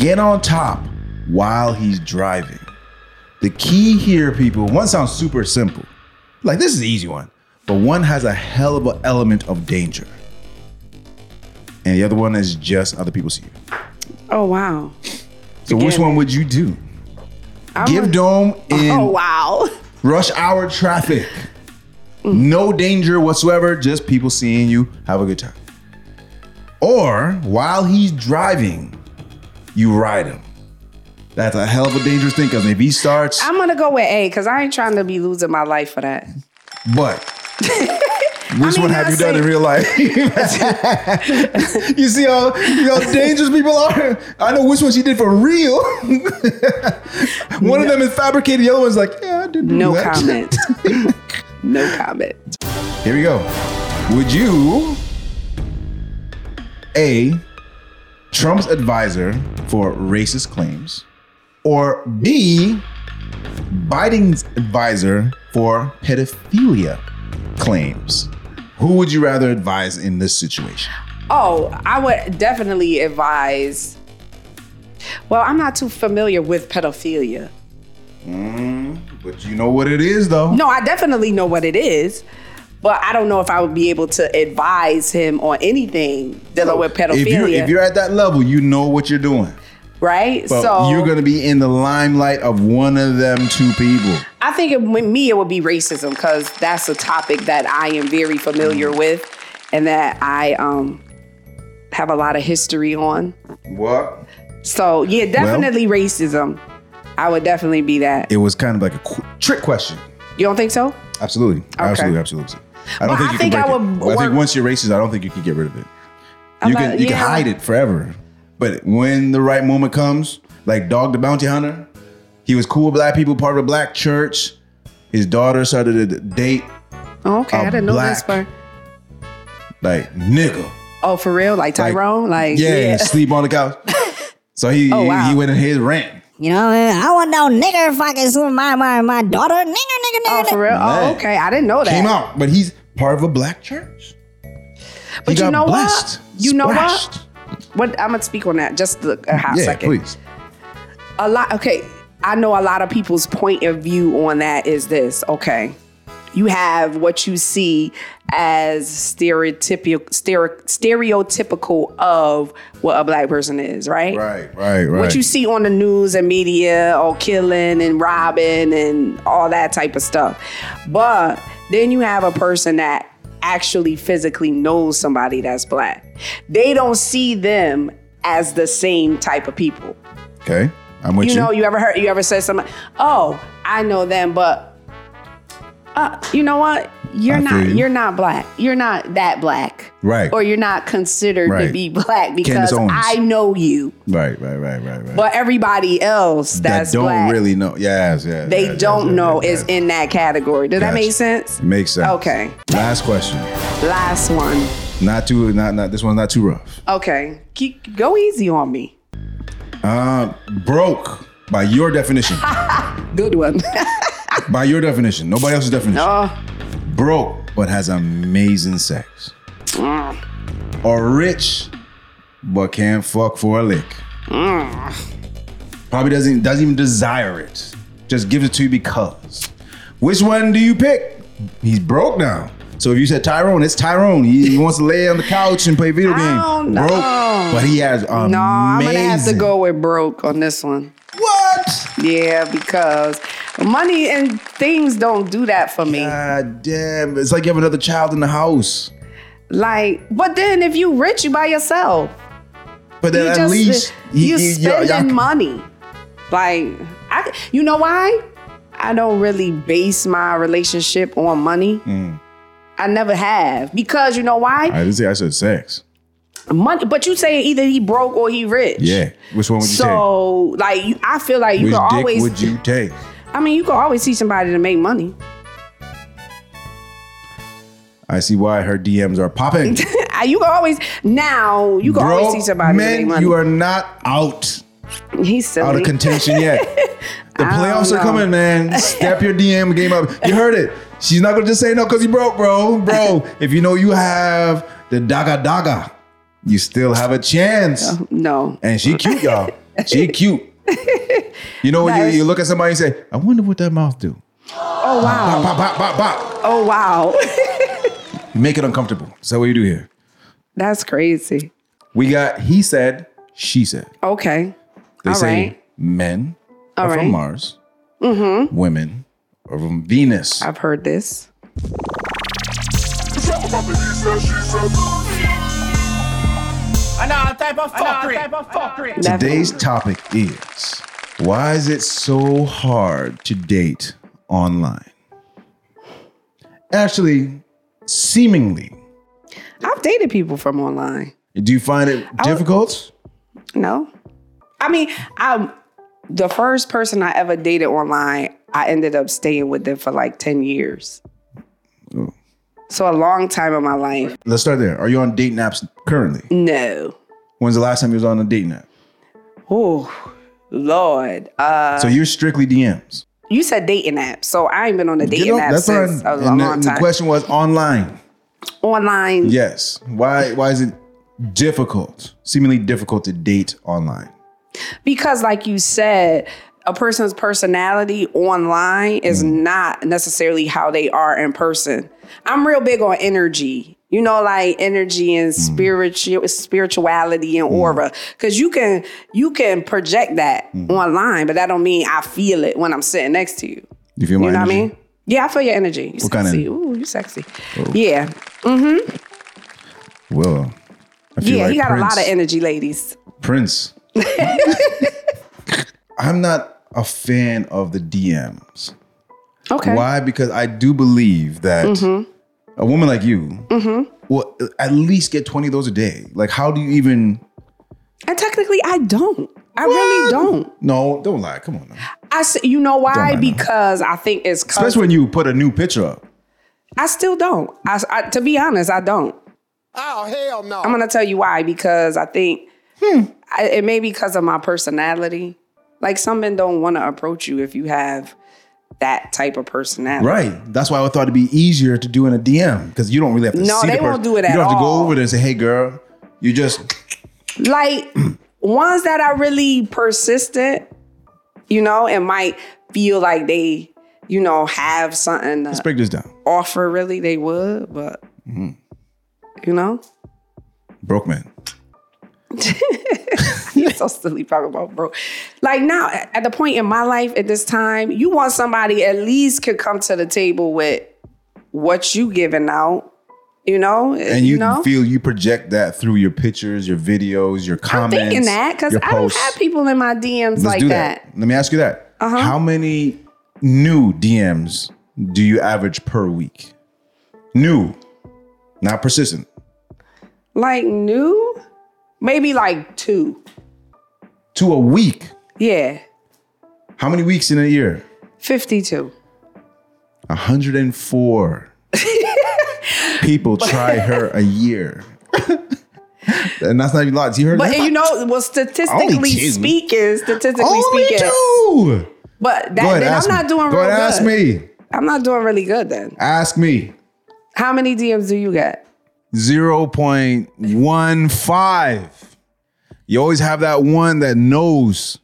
S2: get on top while he's driving. The key here, people, one sounds super simple. Like this is the easy one, but one has a hell of an element of danger. And the other one is just other people see you.
S1: Oh wow.
S2: So which
S1: Again.
S2: one would you do?
S1: I'm
S2: Give
S1: a-
S2: dome in
S1: Oh wow.
S2: rush hour traffic. No danger whatsoever, just people seeing you. Have a good time. Or while he's driving, you ride him. That's a hell of a dangerous thing because if he starts,
S1: I'm gonna go with A because I ain't trying to be losing my life for that.
S2: but Which
S1: mean,
S2: one have
S1: not
S2: you done in
S1: saying-
S2: real life? you see how you know, how dangerous people are. I know which ones you did for real. one of them is fabricated. The other one's like, yeah, I did. do
S1: No
S2: that.
S1: comment. no comment.
S2: Here we go. Would you A Trump's advisor for racist claims or B Biden's advisor for pedophilia claims? Who would you rather advise in this situation?
S1: Oh, I would definitely advise. Well, I'm not too familiar with pedophilia.
S2: But you know what it is though.
S1: Mm, No, I definitely know what it is, but I don't know if I would be able to advise him on anything dealing with pedophilia.
S2: Oh, If you're, if you're at that level, you know what you're doing.
S1: right?
S2: But
S1: so
S2: you're going to be in the limelight of one of them two people.
S1: I think it, with me, it would be racism because that's a topic that I am very
S2: Mm.
S1: familiar with, and that I um have a lot of history on.
S2: What?
S1: So yeah, definitely racism. I would definitely be that.
S2: It was kind of like a qu- trick question.
S1: You don't think so?
S2: Absolutely. Absolutely. Absolutely. I don't
S1: But
S2: think
S1: I
S2: you
S1: think
S2: can
S1: I
S2: break
S1: would
S2: it. I think
S1: work-
S2: once you're racist, I don't think you can get rid of it. you
S1: not-
S2: can you can
S1: yeah.
S2: hide it forever. But when the right moment comes, like Dog the Bounty Hunter, he was cool with black people, part of a black church. His daughter started to date
S1: Oh, okay,
S2: A
S1: I didn't know this part.
S2: black- like nigga.
S1: Oh, for real? Like Tyrone? Like,
S2: yeah,
S1: yeah.
S2: sleep on the couch. so he
S1: Oh, wow.
S2: he went in his rant.
S5: You know, I want no nigger fucking soon. My my my daughter, nigger nigger nigger.
S1: Oh, for real?
S2: Man.
S1: Oh, okay. I didn't know that.
S2: Came out, but he's part of a black church.
S1: But
S2: he
S1: you
S2: got
S1: know what?
S2: blessed,
S1: You know what?
S2: splashed.
S1: What I'm gonna speak on that just a, a half
S2: Yeah,
S1: second.
S2: please.
S1: A lot. Okay, I know a lot of people's point of view on that is this. Okay, you have what you see as stereotypical, stere- stereotypical of what a black person is, right?
S2: Right, right, right.
S1: What you see on the news and media, or killing and robbing and all that type of stuff. But then you have a person that actually physically knows somebody that's black. They don't see them as the same type of people.
S2: Okay, I'm with
S1: You
S2: you.
S1: know, you ever heard, you ever said something, oh, I know them, but uh, you know what? You're
S2: I
S1: not,
S2: feel you.
S1: you. are not black. You're not that black.
S2: Right.
S1: Or you're not considered
S2: Right.
S1: to be black because
S2: Owens.
S1: I know you.
S2: right, right, right, right, right.
S1: But everybody else that's
S2: that don't
S1: black,
S2: really know. Yes, yes.
S1: they
S2: yes,
S1: don't
S2: yes,
S1: know
S2: yes,
S1: is
S2: yes.
S1: in that category. Does that
S2: Gotcha.
S1: make sense?
S2: It makes sense.
S1: Okay.
S2: Last question.
S1: Last one.
S2: Not too. Not not. This one's not too rough.
S1: Okay. Keep, go easy on me.
S2: Uh, broke by your definition.
S1: Good one.
S2: by your definition. Nobody else's definition.
S1: oh,
S2: Broke but has amazing sex.
S1: Mm.
S2: Or rich but can't fuck for a lick.
S1: Mm.
S2: Probably doesn't doesn't even desire it. Just gives it to you because. Which one do you pick? He's broke now. So if you said Tyrone, it's Tyrone. He, he wants to lay on the couch and play video
S1: I
S2: games.
S1: don't know.
S2: Broke, but he has amazing.
S1: no, I'm going to have to go with broke on this one.
S2: What?
S1: Yeah, because money and things don't do that for me.
S2: God damn! It's like you have another child in the house.
S1: Like, but then if you rich, you by yourself.
S2: But then
S1: you
S2: at
S1: just
S2: least
S1: you
S2: y- y- y'all- y'all
S1: spending
S2: can-
S1: money. Like I, you know why? I don't really base my relationship on money.
S2: Mm.
S1: I never have because you know
S2: I
S1: why?
S2: didn't say I said sex.
S1: Money. But you say either he broke or he rich.
S2: Yeah. Which one would you
S1: So like, you, I feel like
S2: take?
S1: you
S2: Which
S1: can
S2: dick
S1: always.
S2: would you take?
S1: I mean, you can always see somebody to make money.
S2: I see why her DMs are popping.
S1: you can always now. You can
S2: Bro,
S1: always see somebody to make
S2: man,
S1: money.
S2: you are not out
S1: He's silly.
S2: out of contention yet. The
S1: I don't
S2: playoffs are
S1: know.
S2: coming, man. Step your DM game up. You heard it. She's not gonna just say no because you broke, bro. Bro, if you know you have the daga daga, you still have a
S1: Oh,
S2: chance.
S1: no.
S2: And she cute, y'all. She cute. You know when you,
S1: Nice.
S2: you look at somebody and say, "I wonder what that mouth do."
S1: Oh wow.
S2: Bop, bop, bop, bop.
S1: Oh wow.
S2: You make it uncomfortable. So what you do here?
S1: That's crazy.
S2: We got he said, she said.
S1: Okay.
S2: They
S1: All
S2: say
S1: right.
S2: men
S1: All
S2: are
S1: right. Mm-hmm.
S2: from Mars, women are from Venus.
S1: I've heard this.
S4: Another type of fuckery. Another type of fuckery.
S2: Today's topic is why is it so hard to date online? Actually, Seemingly.
S1: I've dated people from online.
S2: Do you find it
S1: Oh.
S2: difficult?
S1: No. I mean, I the first person I ever dated online, I ended up staying with them for like 10 years. So a long time of my life.
S2: Let's start there. Are you on dating apps currently?
S1: No.
S2: When's the last time you was on a dating app?
S1: Oh, Lord. Uh,
S2: so you're strictly DMs.
S1: you said dating app. So I ain't been on a dating
S2: You know,
S1: app
S2: that's
S1: since
S2: fine.
S1: a long,
S2: And the,
S1: long
S2: the
S1: time.
S2: question was online.
S1: online.
S2: Yes. Why why is it difficult? Seemingly difficult to date online.
S1: Because, like you said, a person's personality online is
S2: Mm.
S1: not necessarily how they are in person. I'm real big on energy. You know, like energy
S2: Mm.
S1: and spiritual spirituality and aura. Cause you can you can project that
S2: Mm.
S1: online, but that don't mean I feel it when I'm sitting next to you.
S2: You feel my
S1: You know what I
S2: energy?
S1: mean? Yeah, I feel your energy. You
S2: What kind of Oh,
S1: sexy. Ooh, you sexy. Yeah.
S2: Well, I feel
S1: Yeah,
S2: like
S1: you got
S2: Prince,
S1: a lot of energy, ladies.
S2: Prince. I'm not a fan of the DMs.
S1: Okay. Mm-hmm.
S2: Why? Because I do believe that a woman like you will at least get 20 of those a day. Like, how do you even?
S1: And technically I don't. I really don't.
S2: No, don't lie. Come on. Now.
S1: I s- you know why?
S2: mind her.
S1: Because I think it's cause
S2: Especially when you put a new picture up.
S1: I still don't. I, I- to be honest, I don't.
S4: Oh, hell no.
S1: I'm gonna tell you why because I think I, it may be because of my personality. Like some men don't want to approach you if you have that type of personality.
S2: Right. That's why I thought it'd be easier to do in a DM because you don't really have to
S1: No,
S2: see the
S1: they won't
S2: person.
S1: do it at
S2: You don't have to
S1: all.
S2: go over there and say, hey, girl, you just.
S1: Like ones that are really persistent, you know, and might feel like they, you know, have something to
S2: Break this down.
S1: offer. Really, they would, but
S2: Mm-hmm.
S1: you know,
S2: Broke man.
S1: You're so silly talking about bro. Like now, at at the point in my life at this time, you want somebody at least could come to the table with what you giving out, you know?
S2: And you,
S1: know?
S2: feel you project that through your pictures, your videos, your
S1: I'm
S2: comments.
S1: thinking that because
S2: your
S1: I don't
S2: posts.
S1: have people in my DMs
S2: Let's
S1: like
S2: do
S1: that. Uh-huh.
S2: that. Let me ask you that. How many new DMs do you average per week? New, not persistent.
S1: Like new, maybe like two.
S2: To a week.
S1: Yeah,
S2: How many weeks in a year?
S1: 52.
S2: 104 people try her a year. and that's not even lots. You heard
S1: But
S2: that?
S1: you know, well, statistically
S2: kidding.
S1: speaking, statistically
S2: Only
S1: speaking,
S2: two.
S1: but
S2: Oh, Go
S1: that,
S2: ahead,
S1: then I'm
S2: ask
S1: not
S2: me.
S1: doing
S2: Go
S1: real
S2: ahead,
S1: good.
S2: ask me.
S1: I'm not doing really good then.
S2: Ask me.
S1: How many DMs do you get?
S2: 0.15. You always have that one that knows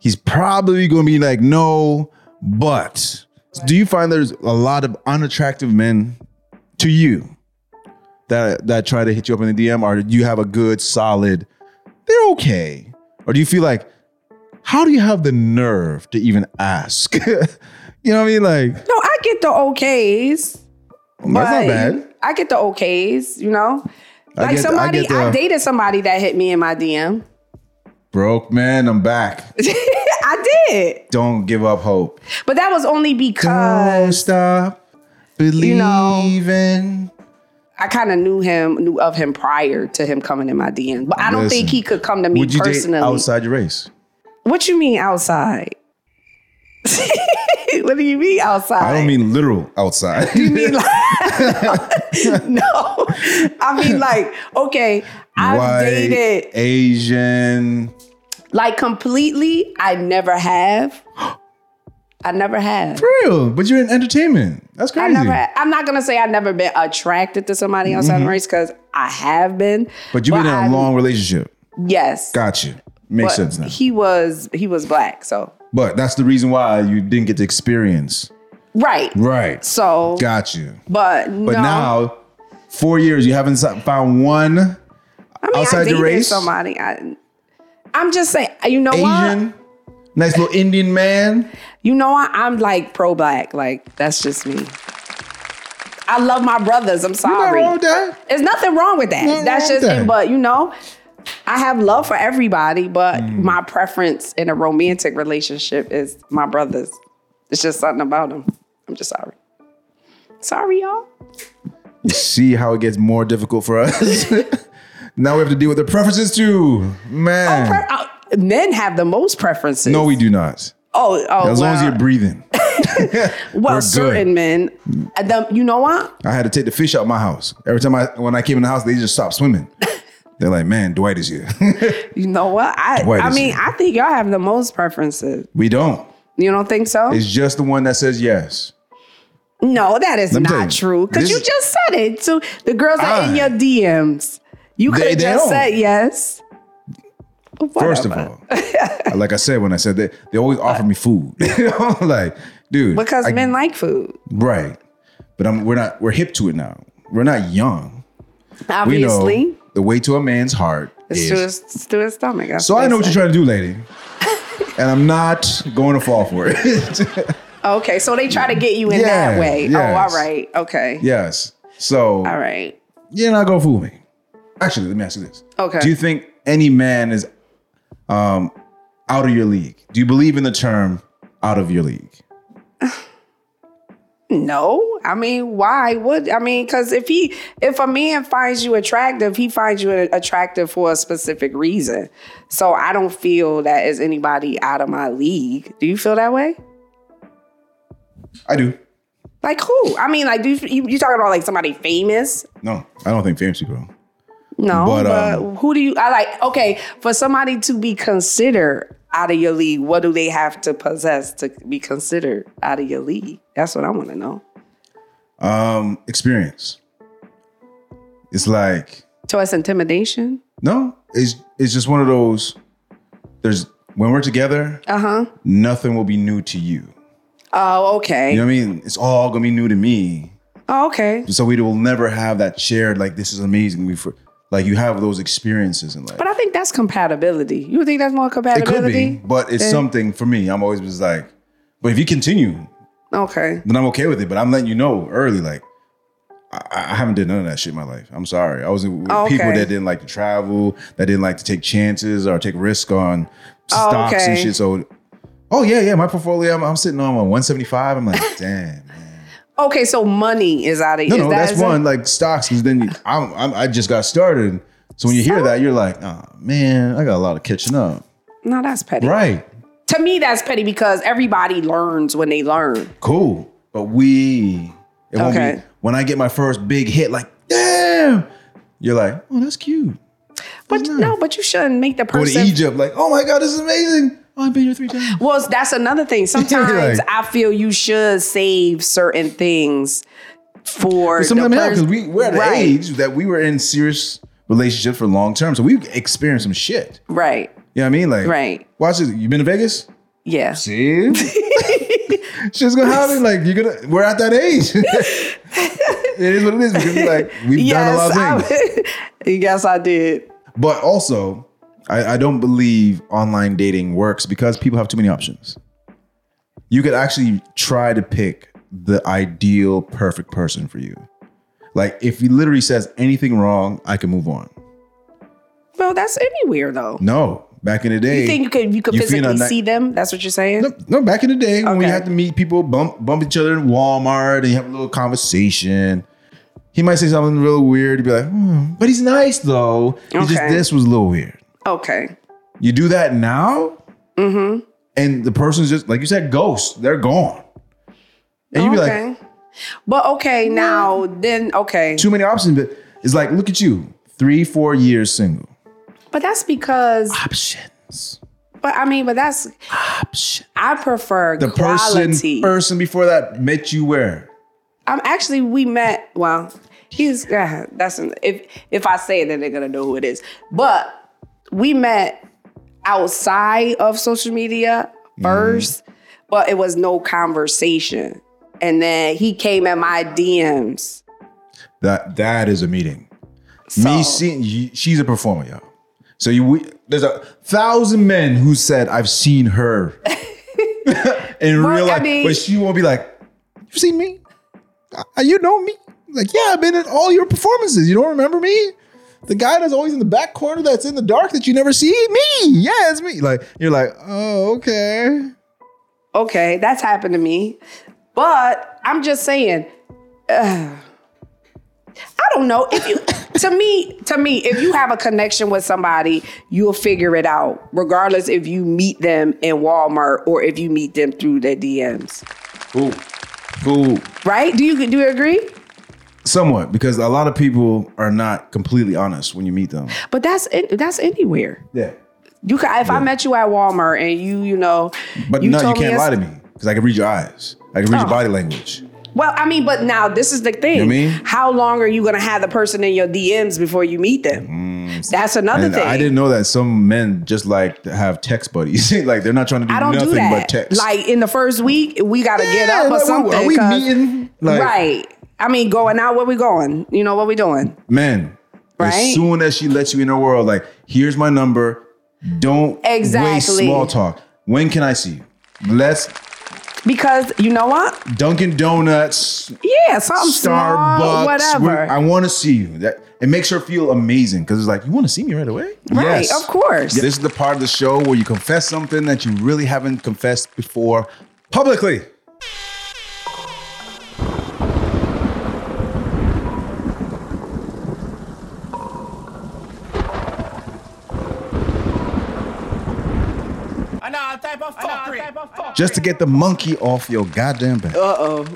S2: he's probably going to be like, no, but do you find there's a lot of unattractive men to you that that try to hit you up in the DM or do you have a good solid they're okay or do you feel like how do you have the nerve to even ask you know what I mean like
S1: No, I get the okays.
S2: that's not
S1: but
S2: bad
S1: I get the okays, you know. Like
S2: get- I
S1: somebody,
S2: get the-
S1: I dated somebody that hit me in my DM.
S2: broke man I'm back
S1: I did,
S2: don't give up hope.
S1: but that was only
S2: Don't
S1: because
S2: stop believing.
S1: know- I kind of knew him, knew of him prior to him coming in my DM. But I don't
S2: Listen,
S1: think he could come to me
S2: Would you
S1: personally.
S2: date outside your race?
S1: What you mean outside? what do you mean outside?
S2: I don't mean literal outside.
S1: mean like- no, I mean like okay. I've
S2: White,
S1: dated
S2: Asian.
S1: Like completely, I never have. I never have.
S2: For real, but you're in entertainment. That's
S1: I
S2: crazy. Mm-hmm.
S1: never. I'm not gonna say I've never been attracted to somebody outside the race because I have been.
S2: but you've been in a
S1: I'm-
S2: long relationship.
S1: Yes.
S2: Got you. Makes
S1: but
S2: sense now.
S1: He was he was black, so
S2: but that's the reason why you didn't get to experience.
S1: right.
S2: Right.
S1: So,
S2: Got you.
S1: but no.
S2: But now, four years, you haven't so- found one
S1: I mean,
S2: outside
S1: I
S2: the
S1: dated
S2: race?
S1: somebody. I, I'm just saying. You know what?
S2: Asian, nice little Indian man.
S1: You know what? I'm like pro black. Like that's just me. I love my brothers. I'm
S2: You're not
S1: sorry.
S2: wrong with that.
S1: There's nothing wrong with that.
S2: Nothing
S1: That's
S2: wrong with
S1: just
S2: that.
S1: it. But you know, I have love for everybody, but
S2: Mm.
S1: my preference in a romantic relationship is my brothers. It's just something about them. I'm just sorry. Sorry, y'all.
S2: You see how it gets more difficult for us. now we have to deal with the preferences too, man.
S1: Pre- uh, men have the most preferences.
S2: no, we do not.
S1: Oh, oh.
S2: As long as
S1: well,
S2: you're breathing.
S1: well,
S2: we're good.
S1: certain men. uh, The, you know what?
S2: I had to take the fish out my house. Every time I when I came in the house, they just stopped swimming. They're like, man, Dwight is here.
S1: You know what? I
S2: Wait a
S1: I mean,
S2: second.
S1: I think y'all have the most preferences.
S2: we don't.
S1: You don't think so?
S2: It's just the one that says yes.
S1: No, that is
S2: Let me tell
S1: not
S2: you,
S1: true. Because
S2: this-
S1: you just said it. So the girls are in
S2: I-
S1: your DMs. You could
S2: They-
S1: have
S2: they
S1: just
S2: don't.
S1: said yes.
S2: First of
S1: Whatever.
S2: all, like I said when I said that, they always offer me food. You know, like, dude,
S1: Because
S2: I-
S1: men like food.
S2: right? But I'm, we're not. We're hip to it now. We're not young. We
S1: Obviously.
S2: know the way to a man's heart
S1: It's
S2: is.
S1: to, his, it's to his stomach. that's
S2: so
S1: what
S2: I
S1: they
S2: know what
S1: say.
S2: you're trying to do, lady, and I'm not going to fall for it.
S1: Okay, so they try to get you in
S2: Yeah,
S1: that way. Oh,
S2: yes.
S1: all right. Okay.
S2: yes. So
S1: All right.
S2: you're not gonna fool me. Actually, let me ask you this.
S1: Okay.
S2: Do you think any man is um out of your league? Do you believe in the term out of your league?
S1: No, I mean, why would I mean? Because if he, if a man finds you attractive, he finds you a- attractive for a specific reason. So I don't feel that is anybody out of my league. Do you feel that way?
S2: I do.
S1: Like who? I mean, like do you, you, you talking about like somebody famous?
S2: No, I don't think famous people.
S1: No,
S2: But,
S1: but,
S2: um,
S1: who do you? I like okay for somebody to be considered out of your league. What do they have to possess to be considered out of your league? That's what I want to know.
S2: Um, experience. It's like
S1: So it's intimidation.
S2: no, it's it's just one of those. There's when we're together,
S1: Uh huh.
S2: nothing will be new to you.
S1: Oh, okay.
S2: You know what I mean? It's all gonna be new to me.
S1: Oh, okay.
S2: So we will never have that shared like this is amazing. We for like you have those experiences in life.
S1: But I think that's compatibility. You think that's more
S2: It could
S1: compatibility?
S2: be, but it's
S1: Yeah.
S2: something for me. I'm always just like, but if you continue,
S1: Okay.
S2: then I'm okay with it. But I'm letting you know early, like I, I haven't did none of that shit in my life. I'm sorry. I was with
S1: Oh, Okay.
S2: people that didn't like to travel, that didn't like to take chances or take risk on stocks and
S1: Oh, okay.
S2: shit. So, oh yeah, yeah, my portfolio, I'm, I'm sitting on a 175. I'm like, damn. Man.
S1: Okay, so money is out of
S2: No,
S1: is
S2: no,
S1: that-
S2: that's
S1: is that-
S2: one like stocks. Because then you, I'm, I'm, I just got started. So when you hear that, you're like, oh man, I got a lot of catching up.
S1: No, that's petty.
S2: Right.
S1: To me, that's petty because everybody learns when they learn.
S2: cool. But we, it won't be,
S1: Okay.
S2: when I get my first big hit, like, damn, you're like, oh, that's cute.
S1: But
S2: That's nice.
S1: no, but you shouldn't make the
S2: Go to
S1: person
S2: Egypt, like, oh my God, this is amazing. Oh, I've been here three times.
S1: Well, that's another thing. Sometimes
S2: Like-
S1: I feel you should save certain things for
S2: But some of
S1: the
S2: them have, because
S1: pers-
S2: we, we're at
S1: right,
S2: an age that we were in serious relationships for long term. So we've experienced some shit.
S1: Right.
S2: You know what I mean? Like,
S1: Right.
S2: watch this. You been to Vegas?
S1: Yeah.
S2: See? Shit's gonna happen. Like, you're gonna, we're at that age. it is what it is. We're gonna be like, we've done a lot of things.
S1: I, yes, I did.
S2: But also, I, I don't believe online dating works because people have too many options. You could actually try to pick the ideal perfect person for you. Like if he literally says anything wrong, I can move on.
S1: Well, that's anywhere though.
S2: No, back in the day,
S1: You think you could you could
S2: you feel
S1: physically
S2: that-
S1: see them? That's what you're saying?
S2: no, no, back in the day when we
S1: Okay.
S2: had to meet people, bump bump each other in Walmart, and you have a little conversation. He might say something real weird. He'd be like, hmm, but he's nice though. It's just
S1: Okay.
S2: this was a little weird.
S1: Okay.
S2: You do that now,
S1: Mm-hmm.
S2: and the person's just like you said, ghost. They're gone, and you'd be
S1: okay.
S2: like,
S1: but okay, now then okay.
S2: too many options. But it's like, look at you, three, four years single.
S1: But that's because
S2: Ah, Options,
S1: but I mean, but that's
S2: option.
S1: I prefer
S2: The
S1: quality.
S2: person, person before that met you where?
S1: I'm actually we met. Well, he's God, that's if if I say it, then they're gonna know who it is. But we met outside of social media
S2: Mm-hmm.
S1: first, but it was no conversation. And then he came at my DMs.
S2: That that is a meeting.
S1: So
S2: Me seeing you, she's a performer, y'all. So you, we, there's a thousand men who said I've seen her in
S1: Well,
S2: real
S1: I
S2: life,
S1: mean-
S2: but she won't be like, "You've seen me? Uh, You know me? Like, yeah, I've been in all your performances. You don't remember me? The guy that's always in the back corner, that's in the dark, that you never see, me? Yeah, it's me. Like, you're like, oh, okay.
S1: okay, that's happened to me. But I'm just saying, ugh, uh, I don't know. If you to me, to me, if you have a connection with somebody, you'll figure it out, regardless if you meet them in Walmart or if you meet them through their DMs.
S2: Cool. Cool.
S1: Right? Do you do you agree?
S2: Somewhat, because a lot of people are not completely honest when you meet them.
S1: But that's it, that's anywhere.
S2: Yeah.
S1: You can, if I met you at Walmart and you, you know,
S2: But no, you
S1: told
S2: can't
S1: a-
S2: lie to me because I can read your eyes. I can read
S1: Oh.
S2: your body language.
S1: Well, I mean, but now this is the thing.
S2: You mean?
S1: How long are you going to have the person in your DMs before you meet them? That's another
S2: Mm. And
S1: thing.
S2: I didn't know that some men just like to have text buddies. like they're not trying to do
S1: I don't
S2: nothing
S1: do that.
S2: but text.
S1: Like in the first week, we got to get
S2: Yeah,
S1: up or
S2: like, we-
S1: something.
S2: Are we
S1: 'cause-
S2: meeting? Like,
S1: right. I mean, going out. Where we going? You know what we doing?
S2: Man,
S1: Right?
S2: as soon as she lets you in her world, like, here's my number. Don't waste
S1: Exactly.
S2: small talk. When can I see you? Let's
S1: Because you know what?
S2: Dunkin' Donuts,
S1: Yeah, something
S2: Starbucks.
S1: small,
S2: we're-
S1: whatever.
S2: I want to see you. That it makes her feel amazing because it's like you want to see me right away.
S1: Right, of course.
S2: This is the part of the show where you confess something that you really haven't confessed before publicly.
S4: Another type of fuckery. Another type of fuckery.
S2: Just to get the monkey off your goddamn back.
S1: Uh oh,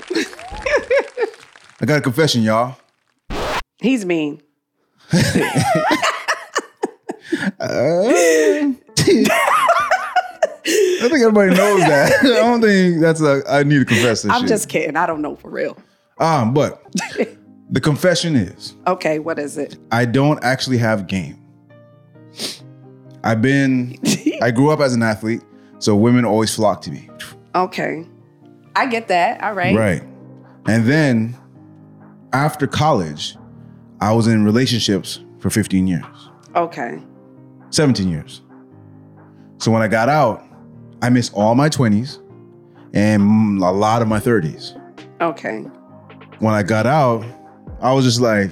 S2: I got a confession, y'all.
S1: he's mean.
S2: I think everybody knows that. I don't think that's a I need to confess this
S1: I'm
S2: shit.
S1: just kidding. I don't know for real.
S2: um, but the confession is
S1: Okay, what is it?
S2: I don't actually have game. I've been I grew up as an athlete, so women always flock to me.
S1: Okay, I get that. All right.
S2: Right. And then after college, I was in relationships for 15 years,
S1: Okay.
S2: 17 years. So when I got out, I missed all my 20s and a lot of my 30s.
S1: Okay.
S2: When I got out, I was just like,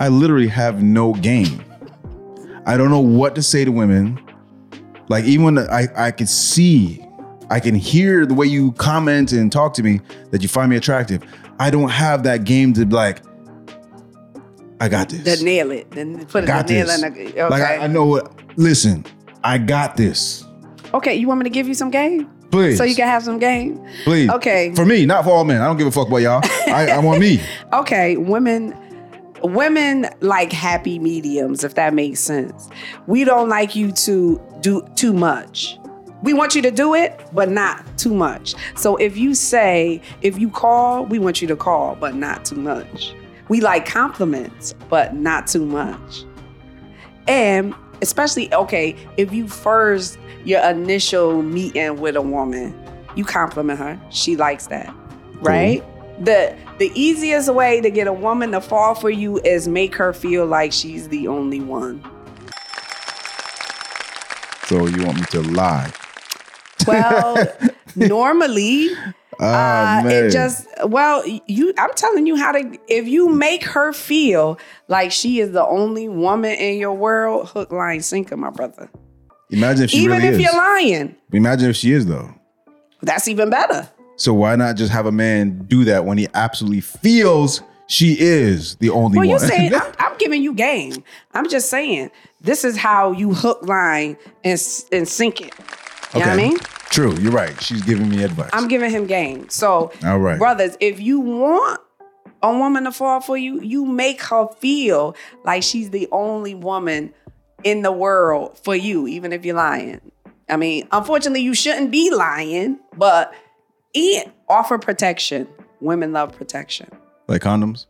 S2: I literally have no game. I don't know what to say to women. Like even when I, I could see, I can hear the way you comment and talk to me that you find me attractive. I don't have that game to be like, I got this.
S1: The nail it. Then put
S2: got
S1: the nail
S2: this.
S1: in. The, okay.
S2: Like I, I know what listen, I got this.
S1: okay. You want me to give you some game
S2: Please.
S1: so you can have some game?
S2: please.
S1: okay.
S2: For me, not for all men. I don't give a fuck about y'all. I, I want me.
S1: okay, women women like happy mediums if that makes sense. We don't like you to do too much. We want you to do it, but not too much. So if you say, if you call, we want you to call, but not too much. We like compliments, but not too much. And especially, okay, if you first, your initial meeting with a woman, you compliment her. She likes that, right? The the easiest way to get a woman to fall for you is make her feel like she's the only one.
S2: So you want me to lie.
S1: Well, normally
S2: Oh,
S1: uh,
S2: man.
S1: it just well you I'm telling you how to if you make her feel like she is the only woman in your world, hook line sinker, my brother.
S2: Imagine if she
S1: even
S2: really
S1: if
S2: is.
S1: you're lying,
S2: Imagine if she is though.
S1: that's even better.
S2: So why not just have a man do that when he absolutely feels she is the only
S1: Well,
S2: one?
S1: you're saying I'm, I'm giving you game. I'm just saying this is how you hook line and s- and sink it. You know what I mean?
S2: True, you're right. She's giving me advice.
S1: I'm giving him game. So,
S2: All right.
S1: brothers, if you want a woman to fall for you, you make her feel like she's the only woman in the world for you, even if you're lying. I mean, unfortunately, you shouldn't be lying, but it offer protection. Women love protection.
S2: like condoms.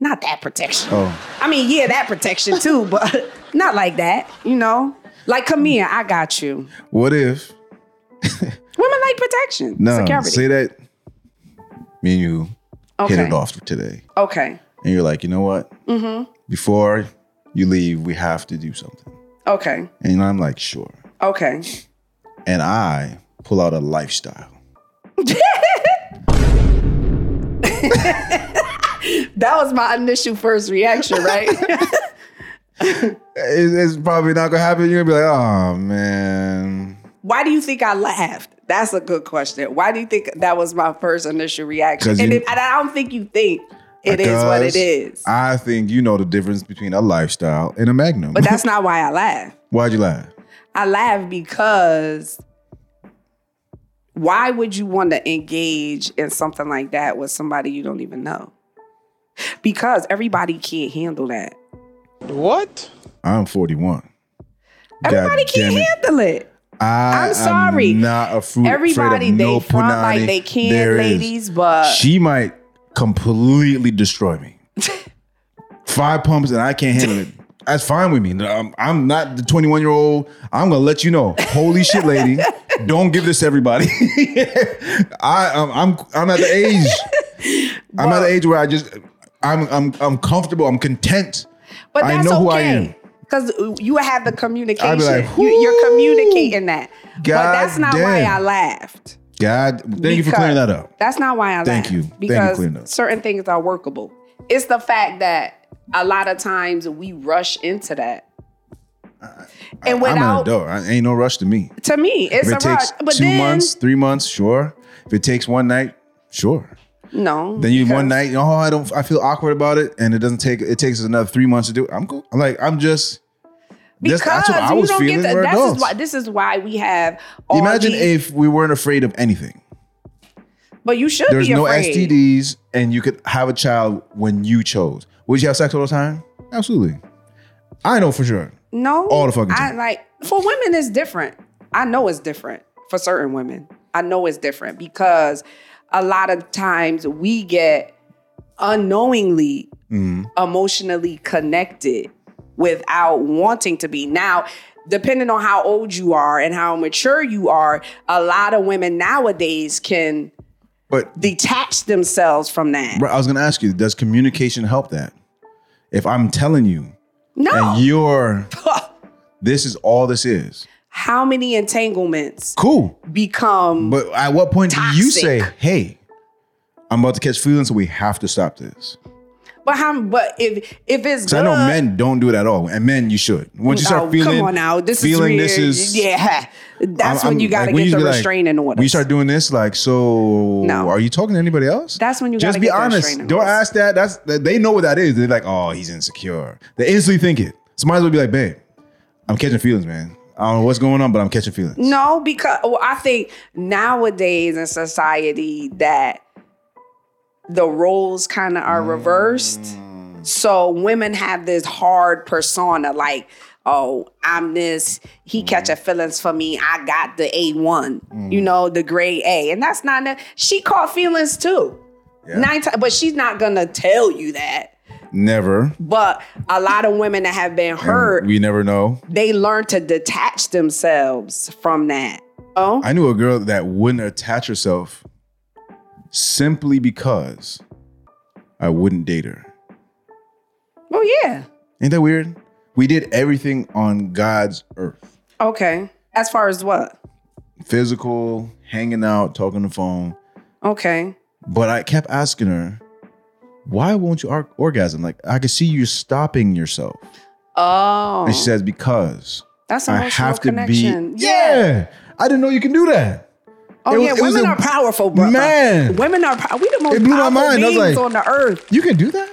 S1: Not that protection.
S2: Oh,
S1: I mean, yeah, that protection too, but not like that, you know? Like, come here, I got you.
S2: what if?
S1: Women like protection.
S2: No,
S1: security.
S2: say that. Me and you
S1: okay.
S2: hit it off today,
S1: Okay.
S2: and you're like, you know what? Mm-hmm. Before you leave, we have to do something.
S1: Okay.
S2: And I'm like, sure.
S1: Okay.
S2: And I pull out a lifestyle.
S1: That was my initial first reaction, right?
S2: It's, it's probably not gonna happen. You're gonna be like, oh man.
S1: Why do you think I laughed? That's a good question. Why do you think that was my first initial reaction?
S2: 'Cause
S1: And,
S2: you-
S1: it, and I don't think you think It is what it
S2: Because
S1: is.
S2: I think you know the difference between a lifestyle and a magnum.
S1: but that's not why I laugh.
S2: Why'd you lie?
S1: I laugh because why would you want to engage in something like that with somebody you don't even know? Because everybody can't handle that.
S4: What?
S2: I'm 41.
S1: Everybody can't
S2: God damn it.
S1: handle it.
S2: I
S1: I'm sorry.
S2: am not a fruit.
S1: Everybody
S2: afraid of no
S1: they front like
S2: punani.
S1: they can,
S2: There is-
S1: ladies, but
S2: she might completely destroy me. Five pumps and I can't handle it. That's fine with me. I'm, I'm not the 21 year old. I'm gonna let you know. Holy shit, lady! Don't give this to everybody. I I'm, I'm I'm at the age. I'm at the age where I just I'm I'm I'm comfortable. I'm content.
S1: but
S2: I
S1: that's
S2: know
S1: okay.
S2: who I am.
S1: Cause you have the communication.
S2: like,
S1: you,
S2: "Whoo."
S1: you're communicating that. but
S2: God
S1: that's not why
S2: damn.
S1: I laughed.
S2: God, thank you for
S1: Because-
S2: clearing that up.
S1: That's not why I laugh.
S2: Thank you. Thank you,
S1: Because
S2: Cleanup.
S1: certain things are workable. It's the fact that a lot of times we rush into that. And
S2: I'm an
S1: without,
S2: adult. I, ain't no rush to me.
S1: to me, it's
S2: If
S1: a
S2: it takes
S1: rush. But
S2: two
S1: then,
S2: months, three months, sure. If it takes one night, sure.
S1: no.
S2: Then you one
S1: because-
S2: night, oh, I don't, I feel awkward about it, and it doesn't take. It takes another three months to do. It. I'm cool. I'm like, I'm just.
S1: because
S2: that's- that's what I
S1: you
S2: was
S1: don't
S2: feeling,
S1: get to,
S2: we're
S1: that's
S2: adults.
S1: is why, this is why we have all
S2: imagine
S1: these,
S2: if we weren't afraid of anything.
S1: but you should
S2: There's
S1: be
S2: no
S1: afraid.
S2: STDs, and you could have a child when you chose. Would you have sex all the time? Absolutely. I know for sure.
S1: No,
S2: All the fucking time.
S1: I like for women it's different. I know it's different for certain women. I know it's different because a lot of times we get unknowingly
S2: Mm-hmm.
S1: emotionally connected without wanting to be. Now, depending on how old you are and how mature you are, a lot of women nowadays can
S2: But
S1: detach themselves from that.
S2: bro, I was gonna ask you, does communication help that? If I'm telling you,
S1: No.
S2: and you're, this is all this is.
S1: how many entanglements
S2: Cool.
S1: become
S2: But at what point do you
S1: Toxic.
S2: say, "Hey, I'm about to catch feelings, so we have to stop this"?
S1: But how? But if if it's
S2: Because I
S1: good,
S2: know men don't do it at all, and men you should. Once you start
S1: oh,
S2: feeling,
S1: come on now, this
S2: feeling
S1: is
S2: this
S1: weird.
S2: is
S1: yeah. That's
S2: I'm-
S1: when you
S2: I'm-
S1: got to
S2: like,
S1: get
S2: when you
S1: the
S2: be like-
S1: restraining order.
S2: When you start doing this, like, so
S1: No.
S2: are you talking to anybody else?
S1: That's when you
S2: just
S1: gotta
S2: be
S1: get the
S2: honest.
S1: restraining
S2: Don't
S1: orders.
S2: ask that. That's that, they know what that is. They're like, oh, he's insecure. They instantly think it. So might as well be like, babe, I'm catching feelings, man. I don't know what's going on, but I'm catching feelings.
S1: no, because well, I think nowadays in society that the roles kind of are reversed. So women have this hard persona, like, oh, I'm this. He catching feelings for me. I got the A one, you know, the grade A, and that's not. ne- She caught feelings too. Nine times, but she's not gonna tell you that.
S2: Never.
S1: But a lot of women that have been hurt,
S2: We never know.
S1: they learn to detach themselves from that. Oh,
S2: I knew a girl that wouldn't attach herself simply because I wouldn't date her.
S1: oh yeah.
S2: Ain't that weird? We did everything on God's earth.
S1: Okay. As far as what?
S2: Physical, hanging out, talking on the phone.
S1: Okay.
S2: But I kept asking her, why won't you or- orgasm? Like, I could see you stopping yourself.
S1: Oh,
S2: And she says, because
S1: that's
S2: I
S1: emotional
S2: have to
S1: connection.
S2: be. Yeah. I didn't know you can do that.
S1: Oh
S2: It was-
S1: yeah.
S2: it was
S1: Women
S2: a-
S1: are powerful, brother.
S2: Man.
S1: Women are. pow- We the most
S2: It blew my
S1: powerful
S2: mind. I was
S1: beings
S2: like-
S1: on the earth.
S2: You can do that?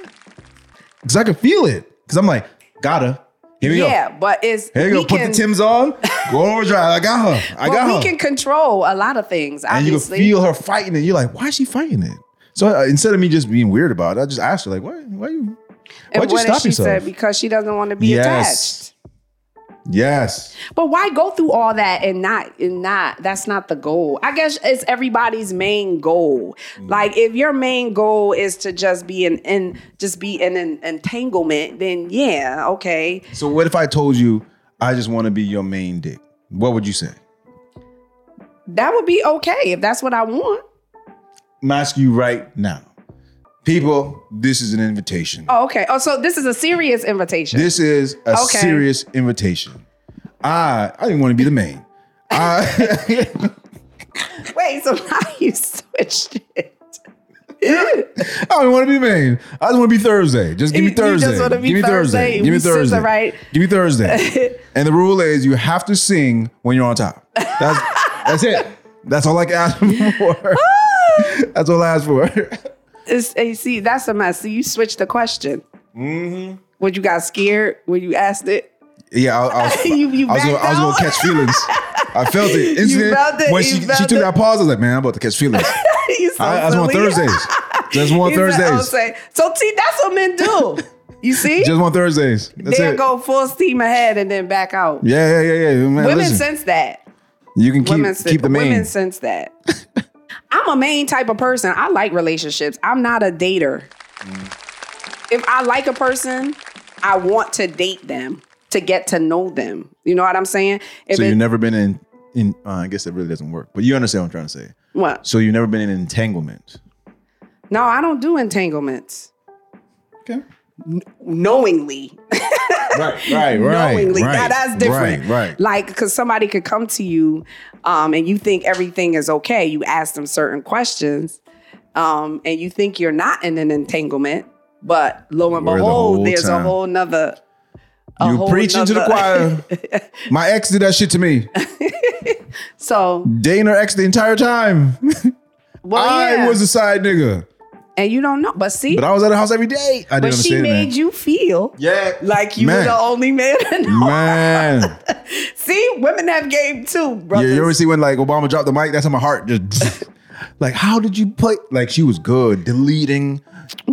S2: Because I could feel it. Because I'm like, gotta. Here we go.
S1: Yeah, but it's
S2: Here you
S1: we
S2: go. Put
S1: can-
S2: the Tim's on. Go overdrive. I got her. I
S1: but
S2: got her.
S1: we can control a lot of things.
S2: and you can
S1: Obviously,
S2: feel her fighting it. You're like, why is she fighting it? So uh, instead of me just being weird about it, I just asked her, like, why, why you,
S1: and
S2: why'd you
S1: what did
S2: stop
S1: she
S2: yourself?
S1: said because she doesn't want to be attached.
S2: yes. Yes.
S1: But why go through all that and not and not that's not the goal. I guess it's everybody's main goal. Like if your main goal is to just be in and just be in an entanglement, then yeah, okay.
S2: So what if I told you I just want to be your main dick? What would you say?
S1: That would be okay if that's what I want.
S2: I'm asking you right now. People, this is an invitation.
S1: Oh, okay. Oh, so this is a serious invitation.
S2: This is a
S1: Okay.
S2: serious invitation. I I didn't want to be the main. I
S1: Wait, so now you switched it.
S2: I don't want to be main. I just want to be Thursday. Just give me
S1: You- you just
S2: Thursday.
S1: wanna be
S2: give me
S1: Thursday.
S2: Give me
S1: We sister,
S2: Thursday.
S1: right?
S2: Give me Thursday. and the rule is you have to sing when you're on top. That's
S1: Ah.
S2: that's it. That's all I can ask for. that's all I ask for.
S1: it's AC. That's a mess. So you switched the question. Mm-hmm. When you got scared when you asked it,
S2: Yeah, I, I was,
S1: You- you
S2: I was, gonna,
S1: backed
S2: I was gonna
S1: out?
S2: catch feelings. I felt it instantly.
S1: felt it,
S2: when
S1: you
S2: she,
S1: felt
S2: she took
S1: it.
S2: that pause, I was like, man, I'm about to catch feelings.
S1: you so
S2: I, I was on
S1: silly.
S2: Thursdays. Just one
S1: You said, "Oh,
S2: Thursdays.
S1: say- so see, that's what men do. You see,
S2: Just one Thursdays. That's
S1: they'll
S2: it.
S1: go full steam ahead and then back out.
S2: Yeah, yeah, yeah, yeah. Man,
S1: women
S2: listen,
S1: sense that.
S2: you can
S1: women
S2: keep,
S1: sense,
S2: keep the main.
S1: women sense that. I'm a main type of person. I like relationships. I'm not a dater.
S2: Mm.
S1: If I like a person, I want to date them to get to know them. You know what I'm saying? If
S2: so
S1: it-
S2: you've never been in, in uh, I guess it really doesn't work, but you understand what I'm trying to say.
S1: what?
S2: So you've never been in entanglement.
S1: No, I don't do entanglements
S2: Okay.
S1: knowingly.
S2: Right, right, right.
S1: knowingly.
S2: right,
S1: now that's different.
S2: Right, right.
S1: Like, because somebody could come to you um, and you think everything is okay. You ask them certain questions um, and you think you're not in an entanglement, but lo and
S2: We're the
S1: behold,
S2: whole
S1: there's
S2: time.
S1: a whole nother. a
S2: you
S1: whole
S2: preaching to the
S1: nother-
S2: choir. My ex did that shit to me.
S1: So,
S2: Dating her ex the entire time.
S1: well,
S2: I
S1: yeah.
S2: was a side nigga,
S1: and you don't know. But see,
S2: but I was at her house every day. I
S1: but
S2: didn't
S1: she
S2: understand
S1: made
S2: that.
S1: you feel
S2: yeah,
S1: like you were
S2: Man.
S1: the only man. in the-
S2: man.
S1: see, women have game too,
S2: you,
S1: brothers.
S2: you ever see when like Obama dropped the mic? That's how my heart just. like, how did you play? Like, she was good deleting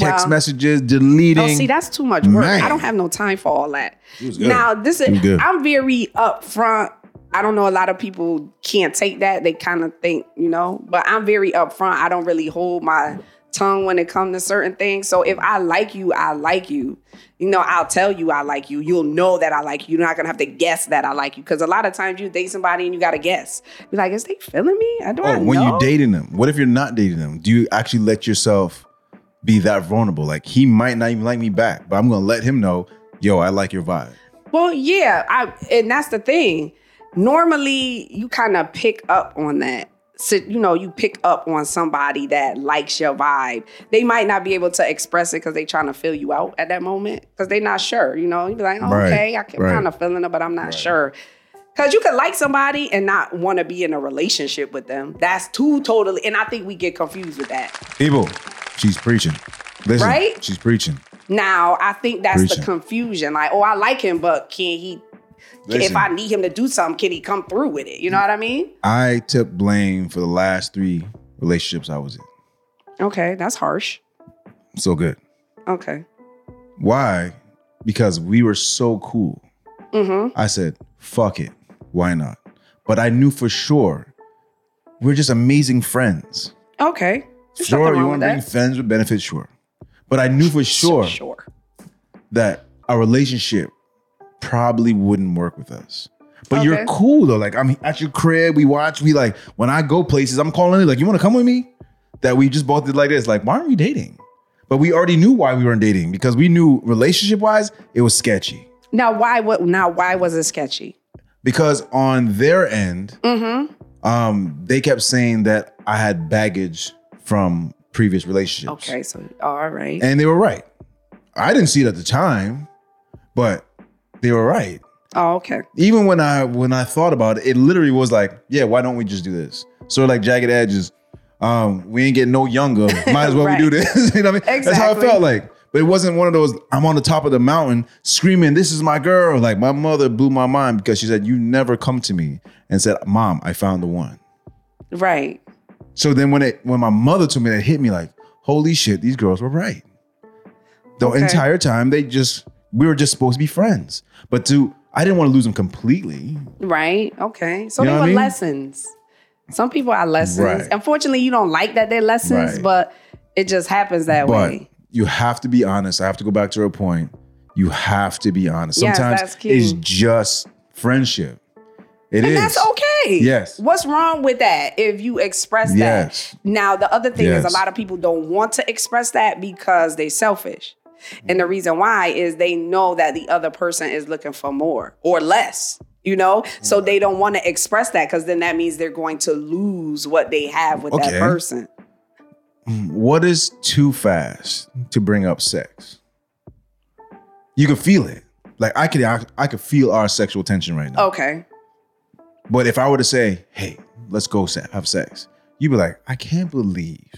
S2: text
S1: Wow.
S2: messages, deleting.
S1: Oh, see, that's too much work.
S2: Man.
S1: I don't have no time for all that.
S2: was good.
S1: Now, this
S2: She
S1: is
S2: was good.
S1: I'm very upfront. I don't know. A lot of people can't take that. They kind of think, you know, but I'm very upfront. I don't really hold my tongue when it comes to certain things. So if I like you, I like you. You know, I'll tell you I like you. You'll know that I like you. You're not gonna have to guess that I like you. Cause a lot of times you date somebody and you gotta guess. You're like, is they feeling me? I do I
S2: Oh, when
S1: know?
S2: you're dating them, what if you're not dating them? Do you actually let yourself be that vulnerable? Like he might not even like me back, but I'm gonna let him know, yo, I like your vibe.
S1: Well, yeah, I and that's the thing. Normally, you kind of pick up on that. So, you know, you pick up on somebody that likes your vibe. They might not be able to express it because they're trying to fill you out at that moment because they're not sure. You know, you be like, oh,
S2: Right,
S1: okay, I can
S2: right.
S1: kind of feeling it, but I'm not sure. Because you could like somebody and not want to be in a relationship with them. That's too totally. And I think we get confused with that.
S2: People, she's preaching. Listen,
S1: Right?
S2: she's preaching.
S1: Now, I think that's
S2: Preaching.
S1: the confusion. Like, oh, I like him, but can he?
S2: Listen.
S1: If I need him to do something, can he come through with it? You know what I mean?
S2: I took blame for the last three relationships I was in.
S1: Okay, that's harsh.
S2: So good.
S1: Okay.
S2: Why? Because we were so cool.
S1: Mm-hmm.
S2: I said, fuck it. Why not? But I knew for sure we're just amazing friends.
S1: Okay. There's
S2: Sure,
S1: nothing
S2: you
S1: wrong
S2: want
S1: with
S2: to bring
S1: that.
S2: friends with benefits, sure. But I knew for sure
S1: Sure.
S2: that our relationship probably wouldn't work with us. But you're
S1: Okay.
S2: cool though. Like I'm at your crib, we watch, we like when I go places, I'm calling you like, you want to come with me? That we just both did like this. Like, why aren't we dating? But we already knew why we weren't dating because we knew relationship wise, it was sketchy.
S1: Now, why? What? Now, why was it sketchy? Mm-hmm.
S2: Because on their end, um, they kept saying that I had baggage from previous relationships.
S1: Okay. So, all right.
S2: And they were right. I didn't see it at the time, but they were right.
S1: oh, okay.
S2: Even when I when I thought about it, it literally was like, yeah, why don't we just do this? Sort of like jagged edges. Um, we ain't getting no younger. Might as well
S1: Right.
S2: we do this. you know what I mean? That's how it
S1: Exactly.
S2: felt like. But it wasn't one of those, I'm on the top of the mountain screaming, This is my girl. Like my mother blew my mind because she said, You never come to me and said, Mom, I found the one.
S1: Right.
S2: So then when it when my mother told me that it hit me like, holy shit, these girls were right. The
S1: Okay.
S2: entire time they just we were just supposed to be friends. But to I didn't want to lose them completely.
S1: Right. Okay. So
S2: You know
S1: they
S2: what
S1: were
S2: I mean?
S1: lessons. Some people are lessons.
S2: Right.
S1: Unfortunately, you don't like that they're lessons,
S2: Right.
S1: but it just happens that
S2: But
S1: way.
S2: you have to be honest. I have to go back to her point. You have to be honest.
S1: Yes,
S2: Sometimes
S1: that's key.
S2: it's just friendship. It is.
S1: and that's okay.
S2: Yes.
S1: What's wrong with that if you express
S2: Yes.
S1: that? Now, the other thing is
S2: Yes.
S1: a lot of people don't want to express that because they selfish. And the reason why is they know that the other person is looking for more or less, you know? So they don't want to express that because then that means they're going to lose what they have with
S2: Okay.
S1: that person.
S2: Mm, What is too fast to bring up sex? You can feel it. Like I could I, I could feel our sexual tension right now.
S1: Okay.
S2: But if I were to say, hey, let's go se- have sex, you'd be like, I can't believe.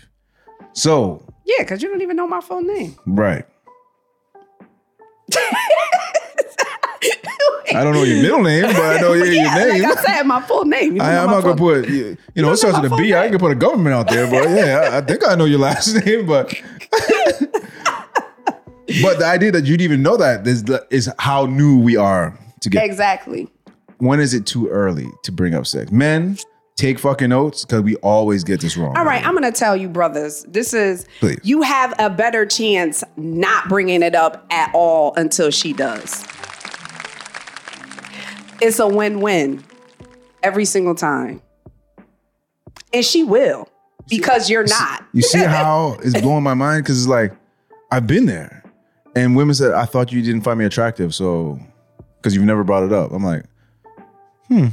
S2: So
S1: Yeah, because you don't even know my full name.
S2: Right. I don't know your middle name, but I know your, your
S1: yeah,
S2: name.
S1: like I said, my full name. You
S2: I,
S1: know
S2: am
S1: my
S2: not gonna
S1: full-
S2: put you, you know it
S1: don't know
S2: starts
S1: my
S2: with a
S1: full
S2: B. I
S1: name.
S2: can put a government out there, but yeah, I, I think I know your last name, but but the idea that you'd even know that is the- is how new we are to get.
S1: Exactly.
S2: When is it too early to bring up sex? Men take fucking notes because we always get this wrong.
S1: All right, I'm gonna tell you, brothers. This is
S2: Please.
S1: you have a better chance not bringing it up at all until she does. It's a win-win every single time, and she will because you're not.
S2: You see how it's blowing my mind because it's like I've been there, and women said I thought you didn't find me attractive, so because you've never brought it up. I'm like, hmm.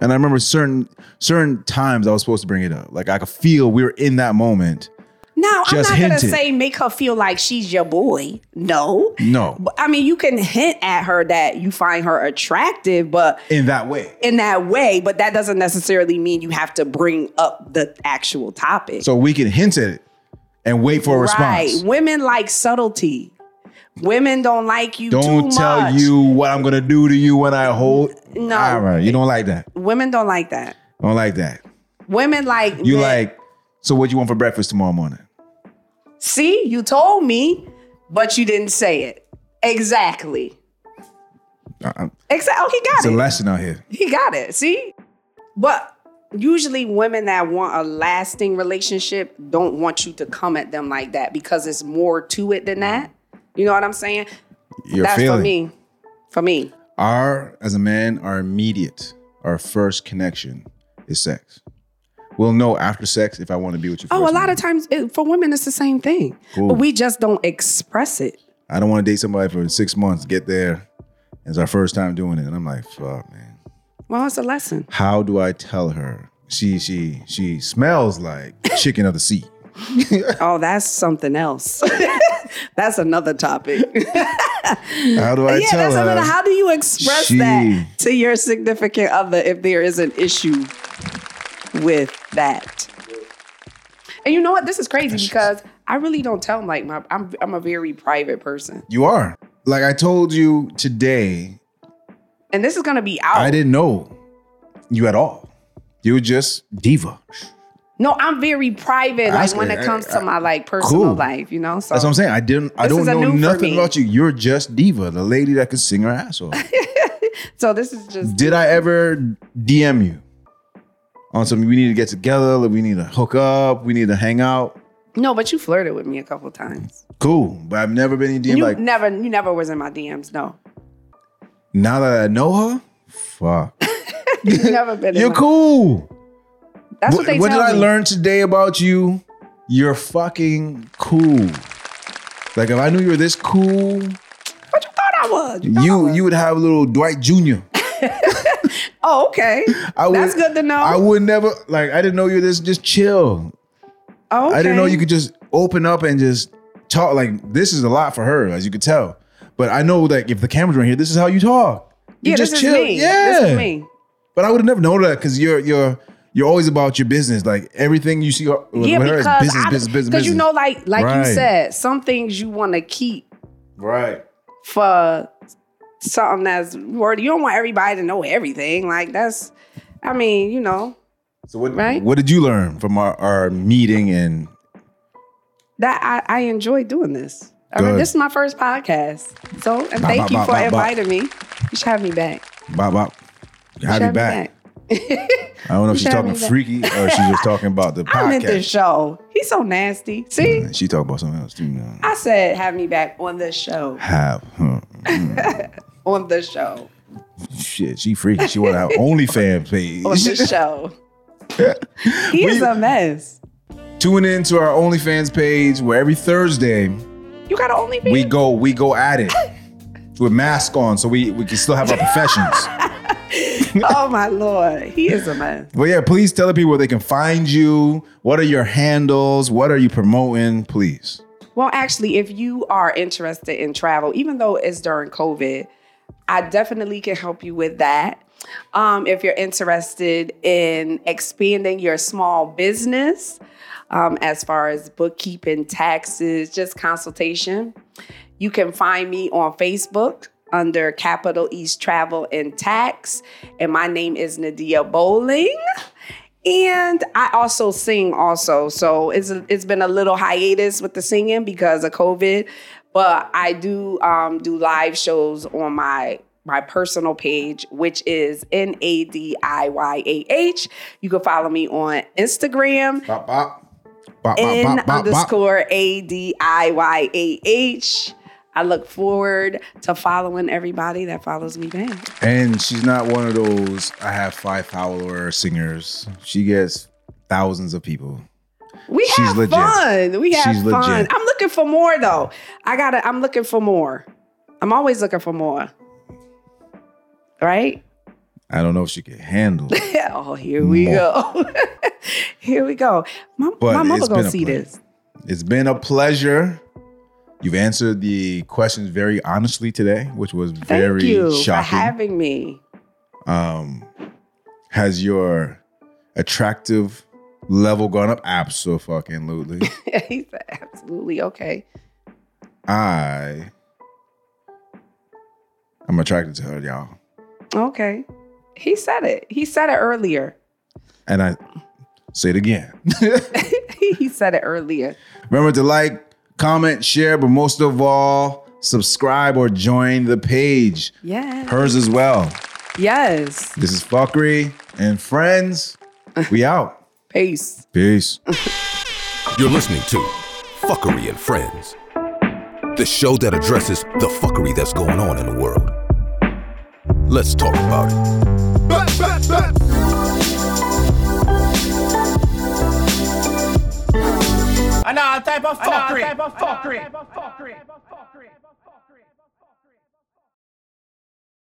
S2: And I remember certain certain times I was supposed to bring it up. Like I could feel we were in that moment.
S1: Now I'm
S2: Just
S1: not gonna
S2: hinted.
S1: say make her feel like she's your boy. No.
S2: No,
S1: But, I mean, you can hint at her that you find her attractive, but
S2: in that way.
S1: in that way, but that doesn't necessarily mean you have to bring up the actual topic.
S2: So we can hint at it and wait for a response.
S1: Women like subtlety. Women don't like you
S2: Don't
S1: too
S2: tell
S1: much.
S2: you what I'm gonna do to you when I hold.
S1: No.
S2: All right, you don't like that.
S1: Women don't like that.
S2: Don't like that.
S1: Women like
S2: You
S1: men-
S2: like. So what you want for breakfast tomorrow morning?
S1: See, you told me, but you didn't say it. Exactly.
S2: I- I-
S1: Exactly. Oh, he got
S2: It's a
S1: it.
S2: lesson out here.
S1: He got it. See? But usually women that want a lasting relationship don't want you to come at them like that because it's more to it than that. You know what I'm saying?
S2: Your
S1: That's
S2: feeling.
S1: for me. For me.
S2: Our as a man, our immediate, our first connection is sex. We'll know after sex if I want to be with you. for
S1: Oh,
S2: rest
S1: a lot
S2: my
S1: of times it, for women it's the same thing. But we just don't express it.
S2: life. I don't want to date somebody for six months. Get there, it's our first time doing it, and I'm like, fuck, man.
S1: Well, it's a lesson.
S2: How do I tell her? She she she smells like chicken of the sea.
S1: Oh, that's something else. that's another topic.
S2: How do I
S1: yeah,
S2: tell
S1: that's
S2: her?
S1: another. How do you express
S2: she-
S1: that to your significant other if there is an issue with that? And you know what? This is crazy because I really don't tell like my I'm I'm a very private person,
S2: you are like I told you today.
S1: and this is gonna be out.
S2: I didn't know you at all. You were just diva.
S1: no, I'm very private. Like
S2: Ask
S1: when
S2: her.
S1: it comes
S2: I- eh,
S1: to my like personal
S2: Cool.
S1: life, you know. So
S2: That's what I'm saying. I didn't. I
S1: This
S2: don't
S1: is a
S2: know
S1: new for
S2: nothing
S1: me.
S2: about you. You're just diva, the lady that could sing her ass off.
S1: so this is just
S2: Did I ever DM you on something? We need to get together. like, We need to hook up. We need to hang out.
S1: No, but you flirted with me a couple times.
S2: Cool, but I've never been in DM.
S1: You
S2: like
S1: never, you never was in my DMs. No,
S2: now that I know her, fuck,
S1: you never been. in
S2: you're
S1: my-
S2: cool.
S1: That's what,
S2: Wh-
S1: they
S2: what did
S1: tell
S2: I
S1: me.
S2: learn today about you? You're fucking cool. Like if I knew you were this cool,
S1: But you thought I was. You. thought I
S2: you
S1: was.
S2: you would have little Dwight Jr.
S1: Oh, okay.
S2: I would,
S1: That's good to know.
S2: I would never like. I didn't know you were this just chill.
S1: Oh, okay.
S2: I didn't know you could just open up and just talk. Like this is a lot for her, as you could tell. But I know that if the cameras were in here, this is how you talk. You
S1: Yeah,
S2: just
S1: this
S2: chill.
S1: is me.
S2: Yeah,
S1: this is me.
S2: But I would have never known that because you're you're you're always about your business. Like everything you see her- with
S1: Yeah,
S2: her
S1: because
S2: is business,
S1: I-
S2: business, business,
S1: because you
S2: business.
S1: know, like like
S2: Right.
S1: you said, some things you want to keep
S2: right?
S1: for something that's worthy. You don't want everybody to know everything. Like that's, I mean, you know,
S2: So what?
S1: Right?
S2: What did you learn from our, our meeting? And
S1: that I I enjoy doing this. I mean,
S2: Good.
S1: this is my first podcast, so and
S2: Bop,
S1: thank
S2: bop,
S1: you
S2: bop,
S1: for
S2: bop, bop.
S1: inviting me. You should have me back.
S2: bop bop, have
S1: Should
S2: you back. I don't know if she's
S1: Have
S2: talking
S1: me back.
S2: freaky or she's just talking about the
S1: I'm in this
S2: podcast. Mm-hmm.
S1: show. He's so nasty. See,
S2: And She talking about something else too. Now.
S1: I said have me back on the show.
S2: Have huh.
S1: On the show.
S2: shit. She freaky. She want to have OnlyFans page.
S1: On the show. he is
S2: We-
S1: a mess.
S2: Tune in to our OnlyFans page where every Thursday
S1: You got to only be.
S2: we go we go at it with masks on so we, we can still have our professions.
S1: oh my lord, he is a mess.
S2: but yeah, please tell the people where they can find you. What are your handles? What are you promoting? Please.
S1: Well, actually, if you are interested in travel, even though it's during COVID, I definitely can help you with that. Um, if you're interested in expanding your small business, um, as far as bookkeeping, taxes, just consultation, you can find me on Facebook under Capital East Travel and Tax. And my name is Nadia Bowling. And I also sing also. So it's it's been a little hiatus with the singing because of COVID. But I do um, do live shows on my my personal page, which is N A D I Y A H. You can follow me on Instagram,
S2: Bop, bop. Bop, bop,
S1: N
S2: bop, bop, bop.
S1: underscore A D I Y A H. I look forward to following everybody that follows me back.
S2: And she's not one of those I have five follower singers. She gets thousands of people.
S1: We
S2: She's
S1: have
S2: legit.
S1: fun. We have
S2: She's
S1: fun.
S2: legit.
S1: I'm looking for more though. I gotta. I'm looking for more. I'm always looking for more. Right?
S2: I don't know if she can handle it.
S1: Oh, here we
S2: More.
S1: go. here we go. My,
S2: But
S1: my mother
S2: it's been
S1: gonna
S2: a
S1: see
S2: pleasure.
S1: this.
S2: It's been a pleasure. You've answered the questions very honestly today, which was
S1: Thank
S2: very
S1: you for
S2: shocking.
S1: having me.
S2: um, has your attractive level gone up? Absolutely.
S1: He's absolutely okay.
S2: I I'm attracted to her, y'all.
S1: Okay. He said it. He said it earlier.
S2: And I say it again.
S1: he said it earlier.
S2: Remember to like, comment, share, but most of all, subscribe or join the page.
S1: Yes.
S2: Hers as well.
S1: yes.
S2: This is Fuckery and friends. We out.
S1: Peace.
S2: Peace.
S3: You're listening to Fuckery and Friends, the show that addresses the fuckery that's going on in the world. Let's talk about it.
S4: Another type of fuckery. Another type of fuckery.